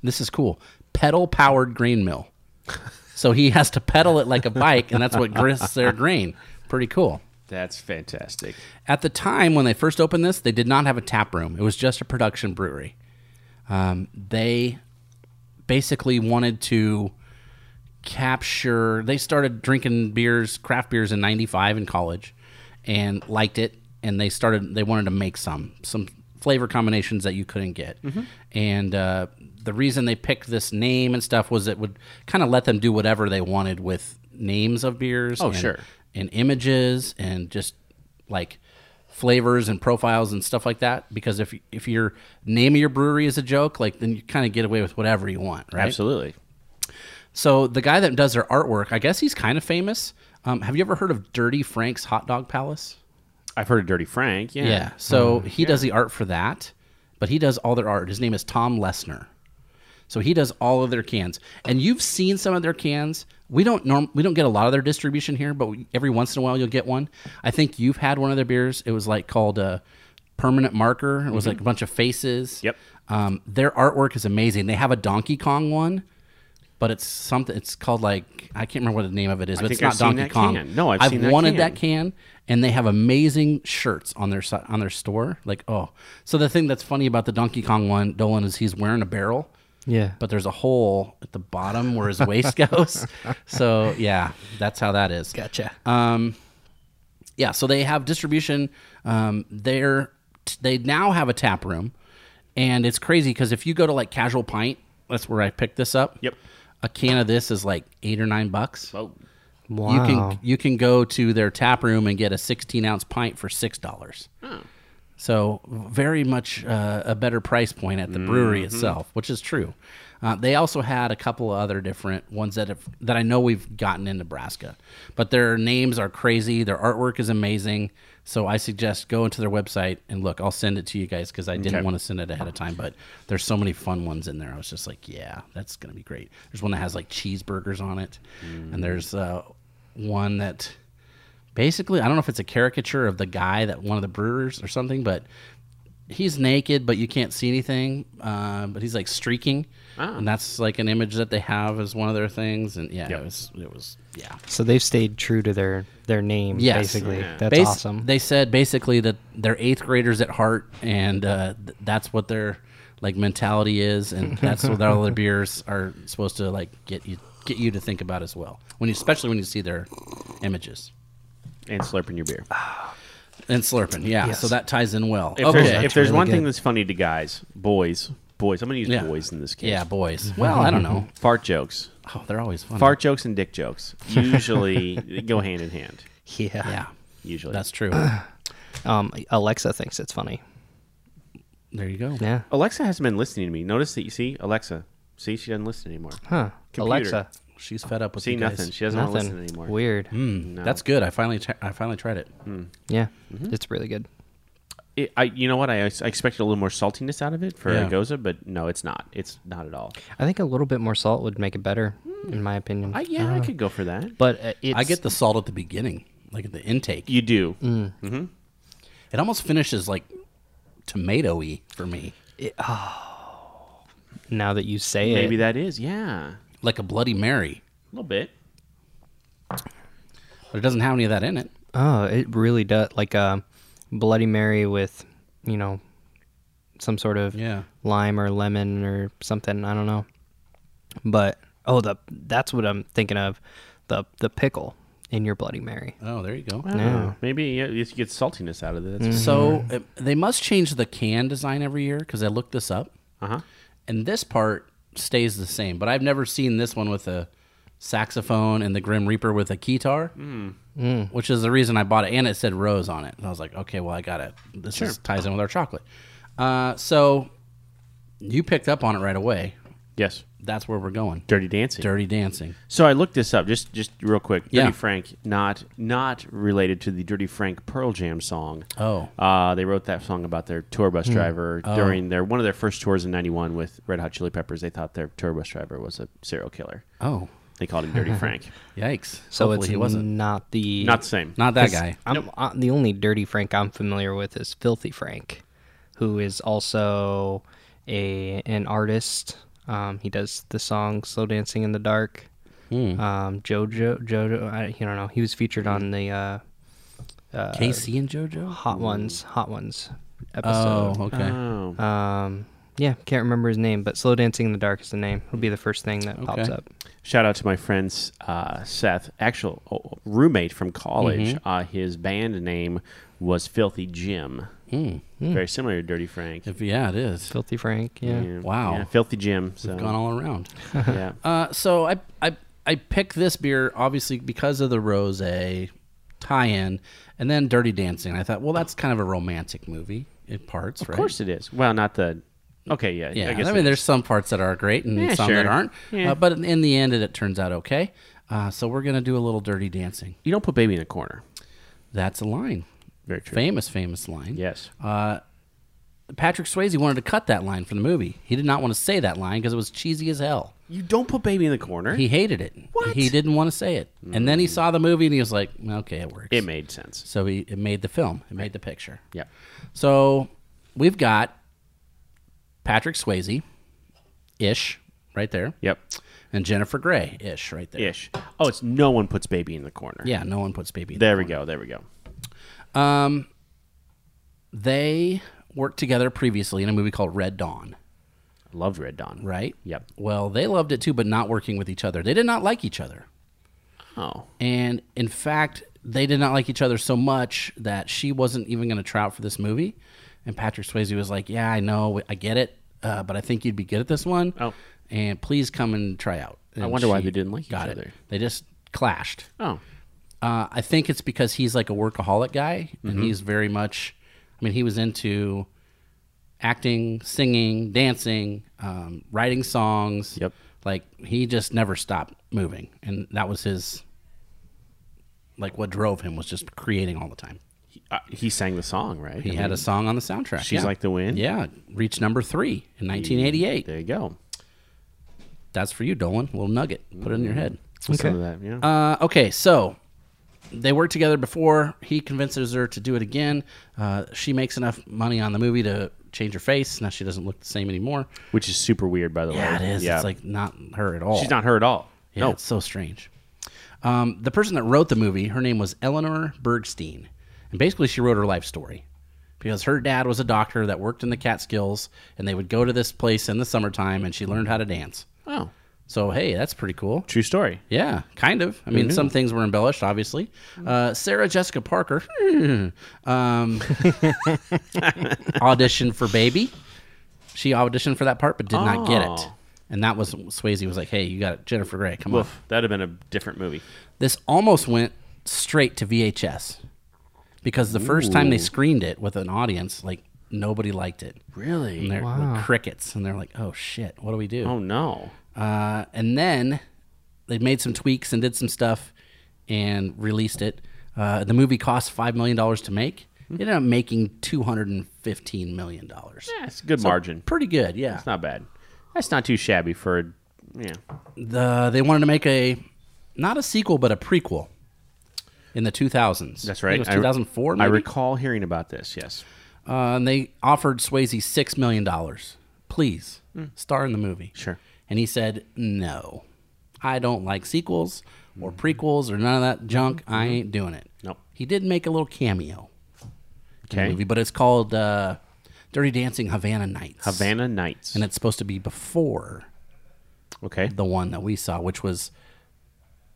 this is cool pedal powered grain mill. so he has to pedal it like a bike, and that's what grists their grain. Pretty cool. That's fantastic. At the time when they first opened this, they did not have a tap room. It was just a production brewery. Um, they basically wanted to capture. They started drinking beers, craft beers in '95 in college, and liked it. And they started. They wanted to make some some flavor combinations that you couldn't get. Mm-hmm. And uh, the reason they picked this name and stuff was it would kind of let them do whatever they wanted with names of beers. Oh, and- sure. and images and just like flavors and profiles and stuff like that. Because if if your name of your brewery is a joke, like then you kind of get away with whatever you want, right? Absolutely. So the guy that does their artwork, I guess he's kind of famous. Um, have you ever heard of Dirty Frank's Hot Dog Palace? I've heard of Dirty Frank. Yeah. Yeah. So he does the art for that, but he does all their art. His name is Tom Lesner. So he does all of their cans, and you've seen some of their cans. We don't norm, we don't get a lot of their distribution here, but we, every once in a while you'll get one. I think you've had one of their beers. It was like called uh, Permanent Marker. It was like a bunch of faces. Mm-hmm. Yep. Um, their artwork is amazing. They have a Donkey Kong one but it's something. It's called like I can't remember what the name of it is, but it's think not I've seen Donkey that Kong. can. No, I've seen that wanted can. that can, and they have amazing shirts on their si- on their store. Like oh, so the thing that's funny about the Donkey Kong one, Dolan, is he's wearing a barrel, Yeah. but there's a hole at the bottom where his waist goes. So yeah, that's how that is. gotcha. Yeah, so they have distribution. Um, they're t- they now have a tap room, and it's crazy because if you go to like Casual Pint, that's where I picked this up. Yep. a can of this is like eight or nine bucks. Oh, wow. You can you can go to their tap room and get a sixteen ounce pint for six dollars. So very much uh, a better price point at the brewery itself, which is true. Uh, they also had a couple of other different ones that have, that I know we've gotten in Nebraska, but their names are crazy. Their artwork is amazing. So I suggest go into their website and look. I'll send it to you guys because I didn't want to send it ahead of time, but there's so many fun ones in there. I was just like, yeah, that's gonna be great. There's one that has like cheeseburgers on it, and there's uh, one that basically i don't know if it's a caricature of the guy that one of the brewers or something but he's naked but you can't see anything um, but he's like streaking Ah. and that's like an image that they have as one of their things and yeah it was it was yeah so they've stayed true to their their name Yes. basically. Yeah. That's Bas- awesome. they said basically that they're eighth graders at heart and uh, th- that's what their like mentality is and that's what all their beers are supposed to like get you get you to think about as well when you especially when you see their images and slurping your beer. Ah, and slurping yeah so that ties in well If okay there's, if there's really one thing good. that's funny to guys, boys, boys, I'm going to use Yeah. boys in this case. Yeah, boys. Mm-hmm. Well, I don't know. Fart jokes. Oh, they're always fun. Fart jokes and dick jokes usually go hand in hand. yeah. Yeah, Usually. that's true. Um, Alexa thinks it's funny. there you go. Yeah. Alexa hasn't been listening to me. Notice that you see Alexa. See, she doesn't listen anymore. Huh. Computer. Alexa. She's fed up with See you guys. Hmm. nothing. She doesn't want to Nothing listen anymore. Hmm. weird. No. Mm. That's good. I finally, t- I finally tried it. Yeah. Mm-hmm. It's really good. It, I, you know what? I, I expected a little more saltiness out of it for Yeah. Agoza, but no, it's not. It's not at all. I think a little bit more salt would make it better, in my opinion. I, Uh, yeah, Uh-huh. I could go for that. but uh, it's, I get the salt at the beginning, like at the intake. You do. Mm. It almost finishes like tomatoey for me, now that you say Maybe it. that is. Yeah. A like a Bloody Mary, little bit. but it doesn't have any of that in it. oh, it really does. Like a Bloody Mary with, you know, some sort of Yeah. lime or lemon or something. I don't know. But oh, the that's what I'm thinking of. The the pickle in your Bloody Mary. Oh, there you go. I don't know. Maybe yeah, you get saltiness out of it. That's So uh, they must change the can design every year because I looked this up, Uh-huh. and this part stays the same. But I've never seen this one with a saxophone and the Grim Reaper with a guitar, Mm. which is the reason I bought it. And it said Rose on it, and I was like, okay, well, I got it. This is, ties in with our chocolate. Uh, so you picked up on it right away. Yes. That's where we're going. Dirty Dancing. Dirty Dancing. So I looked this up just just real quick. Dirty Yeah. Frank, not not related to the Dirty Frank Pearl Jam song. Oh. Hmm. Uh, they wrote that song about their tour bus driver during their one of their first tours in '91 with Red Hot Chili Peppers. They thought their tour bus driver was a serial killer. Oh, They called him Dirty Frank. yikes! So Hopefully it's he wasn't. not the Not the same. Not that guy. I'm uh, the only dirty Frank I'm familiar with is Filthy Frank, who is also a an artist. Um, he does the song "Slow Dancing in the Dark." Hmm. Um, Jojo, Jojo, I, you don't know. He was featured on the uh, Casey and JoJo. Hot Ones, Hot Ones Hmm. Oh, episode. okay. Oh, Uh. Um, yeah, can't remember his name, but "Slow Dancing in the Dark" is the name. It'll be the first thing that pops Okay. up. shout out to my friends uh, Seth, actual oh, roommate from college. Mm-hmm. Uh, his band name was Filthy Jim. Very similar to Dirty Frank. Hmm. If, yeah, it is. Filthy Frank, yeah. Yeah. Wow. Yeah, Filthy Jim. So Gone all around. yeah. Uh, so I, I I picked this beer obviously because of the rose tie-in, and then Dirty Dancing. I thought, well, that's kind of a romantic movie in parts, right? Of course it is. Well, not the. Okay, yeah. Yeah, I I, guess mean, it- there's some parts that are great and Yeah, some that sure. aren't. Yeah. Uh, but in, in the end, it, it turns out okay. Uh, so we're gonna do a little Dirty Dancing. you don't put baby in a corner. That's a line, Very true. famous, famous line. Yes. Patrick Swayze wanted to cut that line from the movie. He did not want to say that line because it was cheesy as hell. you don't put baby in the corner. He hated it. What? He didn't want to say it. And then he saw the movie and he was like, okay, it works. Mm. it made sense. So he, it made the film. It made the picture. Yeah. So we've got Patrick Swayze, ish, right there. Yep. And and Jennifer Grey ish right there. ish. Oh, it's no one puts baby in the corner. Yeah, no one puts baby. in There we go. There we go. Um, they worked together previously in a movie called Red Dawn, I loved Red Dawn. right? Yep. Well, they loved it too, but not working with each other. They did not like each other. Oh. And in fact, they did not like each other so much that she wasn't even going to try out for this movie. And Patrick Swayze was like, Yeah, I know. I get it. Uh, but I think you'd be good at this one. Oh. And please come and try out. And wonder why she they didn't like each got it. other. They just clashed. Oh. Uh, I think it's because he's like a workaholic guy, Mm-hmm. and he's very much. I mean, he was into acting, singing, dancing, um, writing songs. Yep. Like he just never stopped moving, and that was his. Like what drove him was just creating all the time. He, uh, he sang the song, right? He had a song on the soundtrack. She's yeah. Like the Wind? Yeah, reached number three in 1988. There you go. That's for you, Dolan. little nugget. Put it in Mm. your head. So Some of that, yeah. Uh, okay, so they worked together before. He convinces her to do it again. Uh, she makes enough money on the movie to change her face. Now she doesn't look the same anymore. Which is super weird, by the Yeah, it way. is. It's like not her at all. she's not her at all. Yeah, no. it's so strange. Um, the person that wrote the movie, her name was Eleanor Bergstein, and basically she wrote her life story because her dad was a doctor that worked in the Catskills, and they would go to this place in the summertime, and she learned how to dance. Oh, So hey, that's pretty cool. true story. Yeah, kind of. I Mm-hmm. mean, some things were embellished, obviously. Uh, Sarah Jessica Parker um, auditioned for Baby. She auditioned for that part, but did not get it. Oh. And that was Swayze was like, "Hey, you got it, Jennifer Grey. Come on." Woof. That'd have been a different movie. This almost went straight to VHS because the first time they screened it with an audience, like nobody liked it. And Really? they're like, crickets, and they're like, "Oh shit, what do we do?" Oh no. Uh, and then they made some tweaks and did some stuff and released it. Uh, the movie cost five million dollars to make. Hmm. It ended up making two hundred and fifteen million dollars. Yeah, it's a good margin. Pretty good, yeah. It's not bad. That's not too shabby for. a- Yeah. The, they wanted to make a not a sequel but a prequel in the two thousands. That's right. It was two thousand four. I recall hearing about this. Yes. Uh, and they offered Swayze six million dollars. Please star in the movie. Hmm. Sure. And he said, "No, I don't like sequels or prequels or none of that junk. I ain't doing it." Hmm. Nope. He did make a little cameo in the Okay. movie, but it's called uh, "Dirty Dancing Havana Nights." Havana Nights. and it's supposed to be before okay. the one that we saw, which was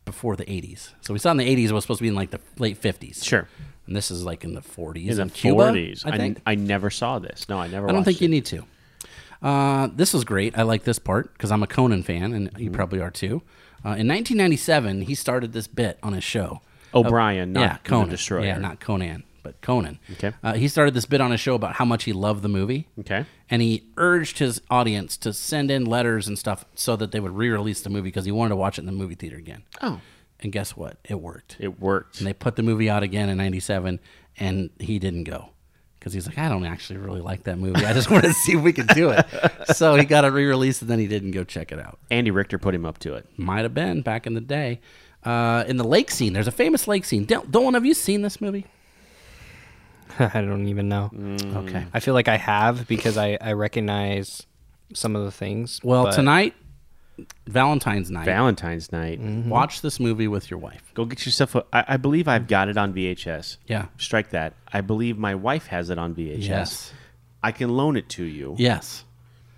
before the '80s. So we saw in the '80s it was supposed to be in like the late '50s. Sure. And this is like in the '40s. In the in Cuba, 40s. I think. I, never saw this. No, I never. I don't watched think it. you need to. Uh, this was great. I like this part because I'm a Conan fan, and Mm-hmm. you probably are too. Uh, in 1997, he started this bit on his show. O'Brien, Oh, not Oh, yeah, the Conan. Destroyer. Yeah, not Conan, but Conan. Okay. Uh, he started this bit on his show about how much he loved the movie. Okay. And he urged his audience to send in letters and stuff so that they would re-release the movie because he wanted to watch it in the movie theater again. Oh. And guess what? It worked. It worked. And they put the movie out again in 97 and he didn't go because he's like i don't actually really like that movie i just want to see if we can do it so he got it re-released and then he didn't go check it out Andy Richter put him up to it. might have been back in the day uh, in the lake scene there's a famous lake scene Dol- dolan have you seen this movie I don't even know. okay I feel like I have because I, I recognize some of the things. well but tonight valentine's night Valentine's Night. watch this movie with your wife Go get yourself a. I, I believe I've got it on VHS. Yeah. Strike that. I believe my wife has it on VHS. Yes. I can loan it to you. yes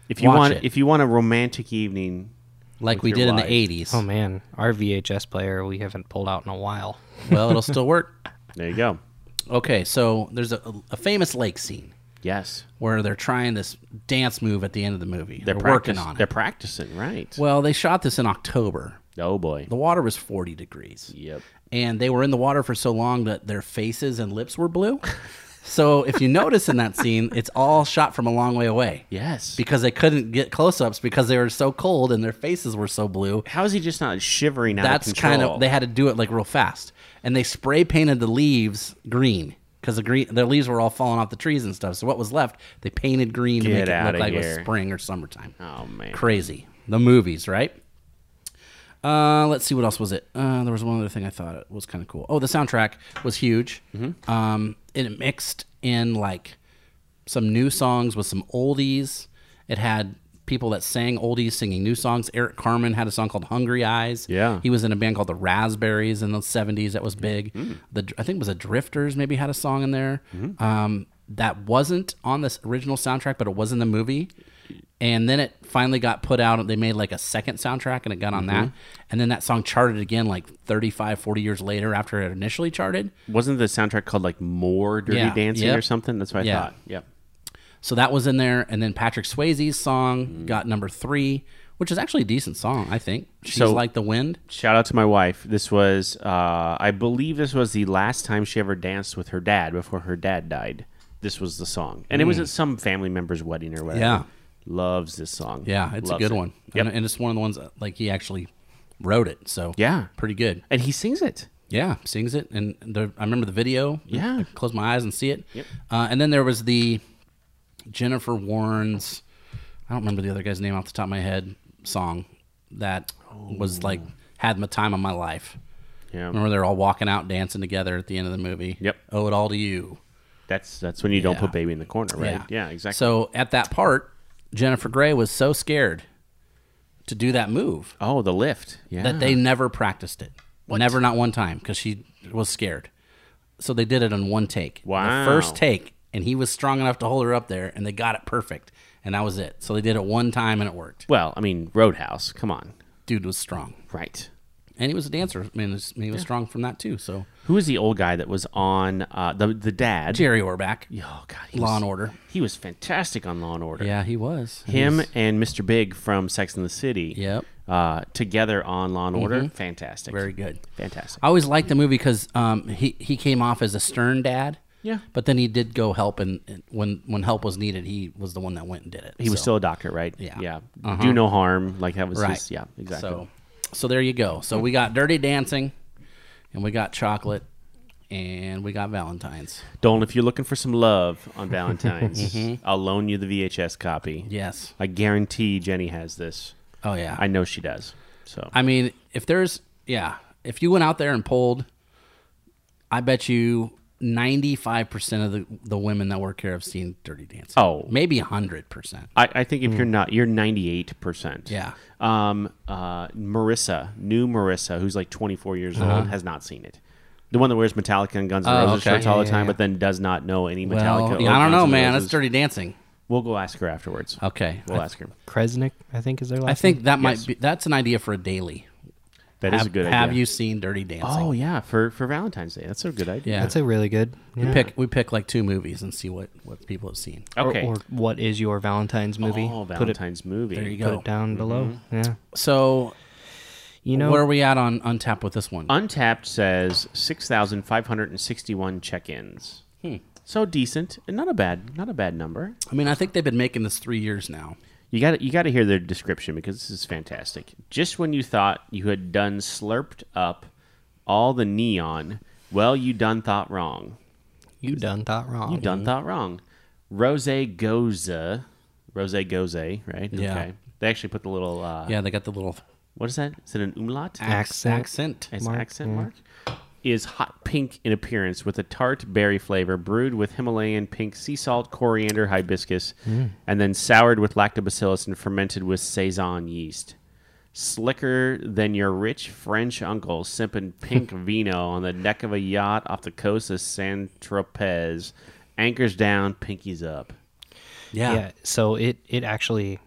If you Watch want it. if you want a romantic evening, like With we your did wife. in the 80s Oh man, our VHS player we haven't pulled out in a while. well it'll still work there you go. okay so there's a, a famous lake scene Yes. where they're trying this dance move at the end of the movie. They're, They're working practice- on They're it. practicing, right. Well, they shot this in October. oh boy. The water was 40 degrees. Yep. And they were in the water for so long that their faces and lips were blue. so if you notice in that scene, it's all shot from a long way away. Yes. Because they couldn't get close ups because they were so cold and their faces were so blue. How is he just not shivering out That's of control? kind of they had to do it like real fast. And they spray painted the leaves green. Because the green, their leaves were all falling off the trees and stuff. So what was left, they painted green Get to make it look outta like it was here. spring or summertime Oh man. crazy. The movies, right? Uh, let's see what else was it. Uh, there was one other thing I thought was kind of cool. Oh, the soundtrack was huge. Mm-hmm. Um, and it mixed in like some new songs with some oldies. It had people that sang oldies singing new songs. Eric Carmen had a song called Hungry Eyes. Yeah. He was in a band called the Raspberries in the 70s that was big. The I think it was the Drifters maybe had a song in there. Um, that wasn't on this original soundtrack, but it was in the movie. And then it finally got put out. They made like a second soundtrack and it got on that. And then that song charted again like 35, 40 years later after it initially charted. Wasn't the soundtrack called like More Dirty Yeah, Dancing yep. or something? That's what I Yeah. thought. Yep. So that was in there, and then Patrick Swayze's song got number three, which is actually a decent song, I think. She's So- like the wind. Shout out to my wife. This was, uh, I believe, this was the last time she ever danced with her dad before her dad died. This was the song, and it was at some family member's wedding or Mm. whatever. Yeah. loves this song. Yeah, it's a Loves good it. one, Yep. and, And, and it's one of the ones that, like he actually wrote it. So Yeah. pretty good. he sings it. Yeah, sings it, and the, I remember the video. Yeah. I close my eyes and see it. Yep. Uh, and then there was the Jennifer Warren's. I don't remember the other guy's name off the top of my head. Song that Oh. was like had my time of my life. Yeah, Remember they're all walking out dancing together at the end of the movie. Yep. Owe it all to you. that's that's when you don't Yeah. put baby in the corner, right? Yeah, exactly. So at that part, Jennifer Grey was so scared to do that move oh, the lift. Yeah, that they never practiced it. Never, not one time, because she was scared. So they did it in one take. Wow. The first take, and he was strong enough to hold her up there, and they got it perfect. And that was it. So they did it one time, and it worked. Well, I mean, Roadhouse. Come on, Dude was strong. right? And he was a dancer. I mean, he was, he was strong from that, too. So Who is the old guy that was on uh, the the dad? Jerry Orbach, Oh God, he Law was- and Order. He was fantastic on Law and Order. Yeah, he was. Him and Mr. Big from Sex and the City. Yep. Mm-hmm. Uh, together on Law and Order. Fantastic. Very Uh, good. Fantastic. I always liked the movie because um, he he came off as a stern dad. Yeah. But then he did go help, and, and when when help was needed, he was the one that went and did it. He was So- still a doctor, right? Yeah. Yeah. Uh-huh. Do no harm. Like that was right. his. Yeah. Exactly. So so there you go. So we got Dirty Dancing, and we got Chocolate, and we got Valentine's. Dolan, if you're looking for some love on Valentine's, Mm-hmm. I'll loan you the VHS copy. Yes. I guarantee Jenny has this. Oh yeah. I know she does. So I mean, if there's yeah, if you went out there and polled, I bet you. 95% of the, the women that work here have seen Dirty Dancing. Oh. Maybe 100%. I, I think if you're not, you're 98%. Mm. Yeah. Um, uh, Marissa, new Marissa, who's like 24 years old, has not seen it. The one that wears Metallica and Guns N' Uh-huh. Oh, Roses okay. shirts all Yeah, the yeah, time, yeah. but then does not know any Metallica. Well, or yeah, I don't Guns know, N' man. That's Roses. Dirty Uh, Dancing. We'll go ask her afterwards. Okay. We'll I, ask her. Kresnick, I think is their last I think that Yes. might be that's an idea for a daily. That is have, a good idea. Have you seen Dirty Dancing? Oh yeah, for for Valentine's Day. That's a good idea. yeah. That's a really good. Yeah. pick we pick like two movies and see what what people have seen. Or- Okay. Or, what is your Valentine's movie? Oh, put it Valentine's movie. There you put go. it down below. Yeah. So You know, Mm-hmm. where are we at on Untap with this one? Untapped says six thousand five hundred and sixty-one check-ins. Hmm. So decent, and not a bad, not a bad number. I mean, I think they've been making this three years now. You got to you got to hear their description because this is fantastic. Just when you thought you had done slurped up all the neon, well, you done thought wrong. you done thought wrong. You Mm-hmm. done thought wrong. Rose Goza, Rose Goze, right? Yeah. They actually put the little uh, Yeah, Uh, they got the little what is that? Is it an umlaut? Accent. accent. As mark, accent yeah. mark is hot pink in appearance with a tart berry flavor brewed with Himalayan pink sea salt, coriander, hibiscus, Hmm. and then soured with lactobacillus and fermented with saison yeast. Slicker than your rich French uncle sipping pink vino on the deck of a yacht off the coast of San Tropez. Anchors down, pinkies up. Yeah. yeah so it it actually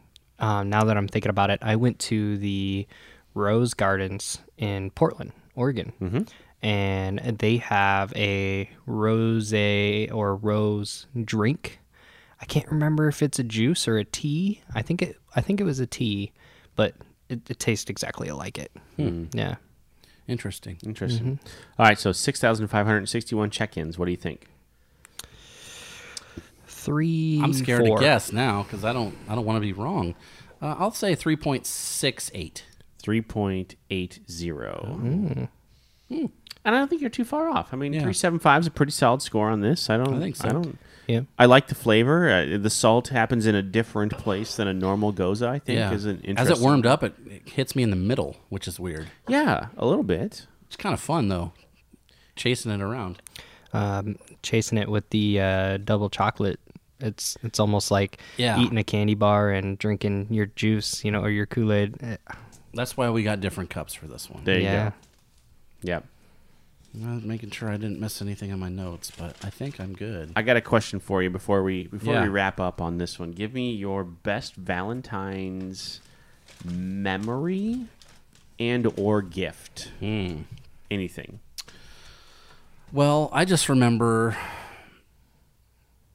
um, now that i'm thinking about it i went to the rose gardens in portland oregon Mm-hmm. and they have a rose or rose drink i can't remember if it's a juice or a tea i think it i think it was a tea but it, it tastes exactly like it Hmm. yeah Interesting. Interesting. Mm-hmm. All right, so 6,561 check ins. What do you think? three I'm scared E four. to guess now because I don't I don't want to be wrong. Uh, I'll say three point six eight. 3.80. Mm. Hmm. And I don't think you're too far off. I mean, Yeah. 375 is a pretty solid score on this. I don't I think so. I don't yeah I like the flavor. Uh, the salt happens in a different place than a normal goza, I think Yeah. is an As interesting. it warmed up, it, it hits me in the middle, which is weird. Yeah, a little bit. It's kind of fun though, chasing it around. um, chasing it with the uh, double chocolate It's it's almost like Yeah. eating a candy bar and drinking your juice, you know, or your Kool Aid. That's why we got different cups for this one. There you Yeah, go. Yep. I was making sure I didn't miss anything on my notes, but I think I'm good. I got a question for you before we before Yeah. we wrap up on this one. Give me your best Valentine's memory and or gift. Hmm. Mm. Anything. Well, I just remember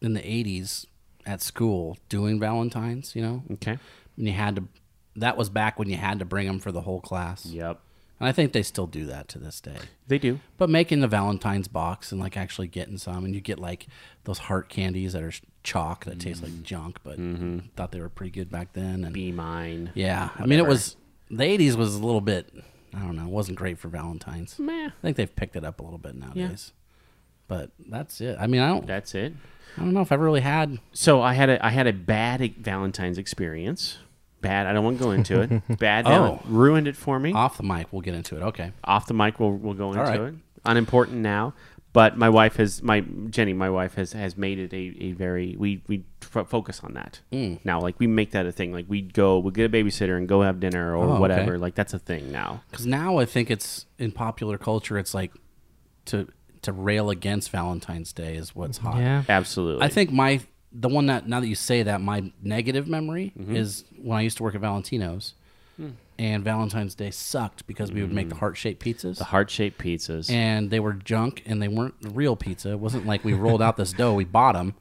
in the 80s at school doing Valentine's, you know? Okay. And you had to, that was back when you had to bring them for the whole class. Yep. And I think they still do that to this day. They do. But making the Valentine's box and like actually getting some, and you get like those heart candies that are chalk that taste like junk, but thought they were pretty good back then. And Be mine. yeah, I mean, it was the 80s was a little bit, I don't know, it wasn't great for Valentine's. I think they've picked it up a little bit nowadays. But that's it. I mean, I don't, That's it. I don't know if I've really had. So I had a I had a bad e- Valentine's experience. Bad. I don't want to go into it. Bad. Oh. Uh, Val- ruined it for me. Off the mic, we'll get into it. Okay. off the mic we'll, we'll go into right. it unimportant now but my wife has my jenny my wife has has made it a, a very we we f- focus on that Mm. now like we make that a thing like we go we'll get a babysitter and go have dinner or Oh, okay. whatever like that's a thing now Because now I think it's in popular culture, it's like to to rail against Valentine's Day is what's hot. yeah. absolutely I think my the one that now that you say that my negative memory is when I used to work at Valentino's, and Valentine's Day sucked because we would make the heart shaped pizzas. the heart-shaped pizzas and they were junk and they weren't real pizza. It wasn't like we rolled out this dough. We bought them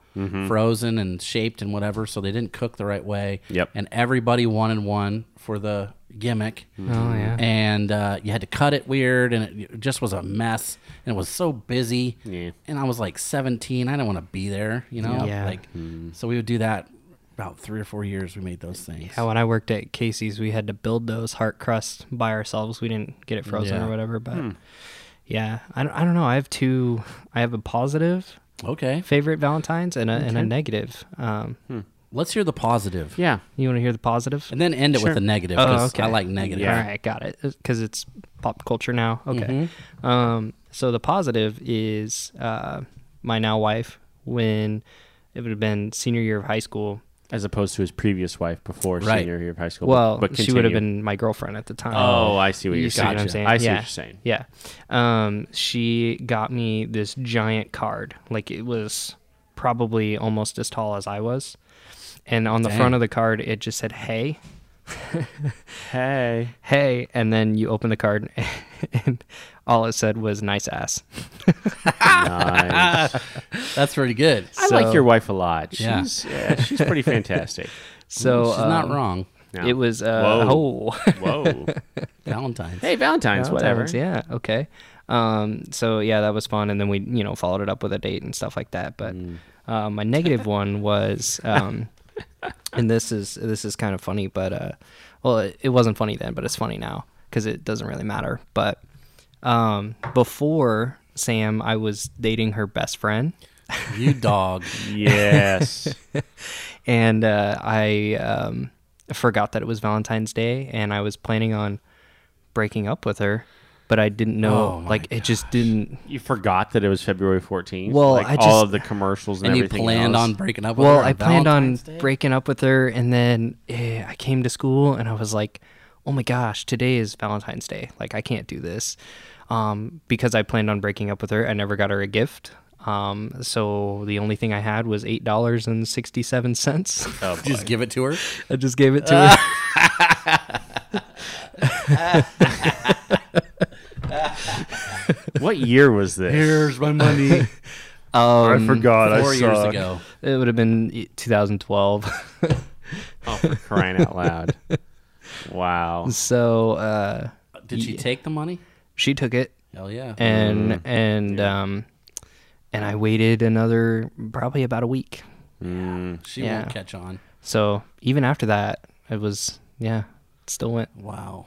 frozen and shaped and whatever, so they didn't cook the right way. Yep. And everybody wanted one for the gimmick. Oh yeah. And uh, you had to cut it weird, and it just was a mess. And it was so busy. Yeah. And I was like 17. I didn't want to be there, you know? Yeah. Like, so we would do that about three or four years. We made those things. Yeah, when I worked at Casey's, we had to build those heart crusts by ourselves. We didn't get it frozen Yeah. or whatever, but yeah, I don't, I don't know. I have two. I have a positive Okay. favorite Valentine's and a and a negative. Um, Let's hear the positive. yeah you want to hear the positive? And then end it Sure. with the negative Oh, 'cause okay. I like negative. All right, got it. Because it's pop culture now. Okay. Mm-hmm. Um, so the positive is uh, my now wife when it would have been senior year of high school. as opposed to his previous wife before Right. senior year of high school Well, she would have continue. been my girlfriend at the time. oh i see what You you're see saying what I'm saying? i see yeah. what you're saying Yeah. Um, she got me this giant card. Like it was probably almost as tall as I was. And on the front of the card, it just said, hey, hey hey. And then you open the card and all it said was nice ass. nice. That's pretty good. i like your wife a lot Yeah. she's yeah, she's pretty fantastic So She's not um, wrong. No. It was, uh, Whoa. oh. Whoa. Valentine's. Hey, Valentine's, whatever. Valentine's, Yeah. Okay. Um, so yeah, that was fun, and then we you know followed it up with a date and stuff like that. But uh, my negative one was, um, and this is this is kind of funny, but uh, well, it, it wasn't funny then, but it's funny now because it doesn't really matter. But um, before Sam, I was dating her best friend. You dog. Yes. and uh, I um, forgot that it was Valentine's Day, and I was planning on breaking up with her, but I didn't know. Oh my like it just didn't. you forgot that it was February 14th. Well, like I all just- of the commercials and, and you everything. planned else. on breaking up with her Well, on I planned on Valentine's Day? breaking up with her, and then eh, I came to school, and I was like, "Oh my gosh, today is Valentine's Day. Like I can't do this," um, because I planned on breaking up with her. I never got her a gift. Um, so the only thing I had was eight dollars and sixty-seven cents. Just give it to her. I just gave it to her. Ah. What year was this? my money. I forgot. Four years ago. It would have been e- 2012. Oh, for crying out loud. Wow. so uh, Did she take the money? she took it, Hell yeah. and Mm-hmm. and um, and I waited another probably about a week. she yeah. won't catch on. So even after that, it was yeah, it still went. Wow.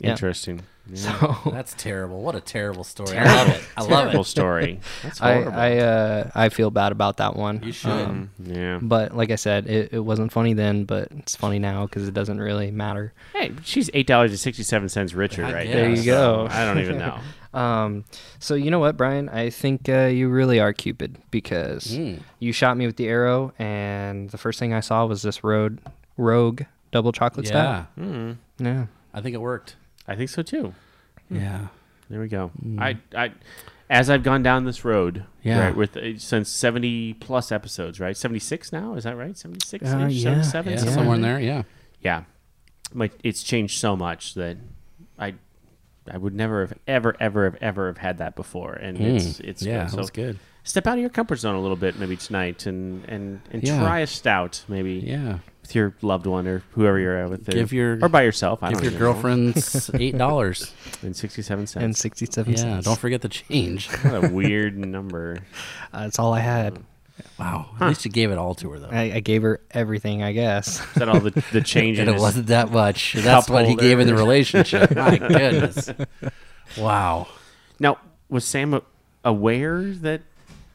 Yeah. Interesting. So That's terrible. What a terrible story. I love it. I love Terrible it. story. That's I horrible. I uh, I feel bad about that one. Um, You should. Um, yeah. but like I said, it, it wasn't funny then, but it's funny now because it doesn't really matter. Hey, she's eight dollars and sixty-seven cents richer I right guess. now, There you so go. I don't even know. Um, so you know what, Brian? I think uh, you really are Cupid because Hmm. you shot me with the arrow, and the first thing I saw was this road rogue double chocolate yeah, stout. Yeah, I think it worked. I think so too. Yeah. There we go. I, I, as I've gone down this road, Mm. Yeah. right, with uh, since seventy plus episodes, right, seventy six now, is that right? Seventy six, Uh, yeah. seventy seven, Yeah, Yeah. somewhere in there. Yeah. Yeah, my, it's changed so much that I, I would never have ever ever have ever have had that before, and it's it's Hmm. yeah, good. that So was good. Step out of your comfort zone a little bit, maybe tonight, and and and Yeah. try a stout, maybe Yeah. with your loved one or whoever you're out with, Give or, your- or by yourself. I Give don't your even know. girlfriend's eight dollars. and sixty seven cents. and sixty-seven yeah. cents. Don't forget the change. What a weird number. Uh, that's all I had. Wow. At least you gave it all to her though. I, I gave her everything, I guess. Is that all the, the change in And it his- wasn't that much. That's what he gave in the relationship. My goodness. Wow. Now, was Sam a- aware that,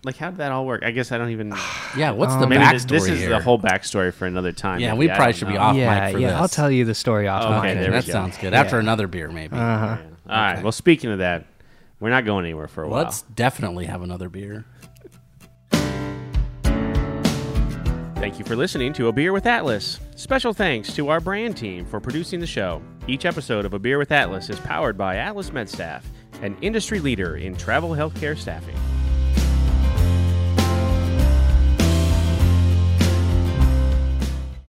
like, how did that all work? I guess I don't even. Yeah. What's the Um, Maybe this, backstory this is here? the whole backstory for another time. Yeah, Maybe. we I probably don't should be know. off yeah, mic for yeah. I'll this. tell you the story off. Okay, mic. Okay, there we that go. sounds good. After another beer, maybe. Yeah. All right. Well, speaking of that, we're not going anywhere for a while. Let's definitely have another beer. Thank you for listening to A Beer with Atlas. Special thanks to our brand team for producing the show. Each episode of A Beer with Atlas is powered by Atlas MedStaff, an industry leader in travel healthcare staffing.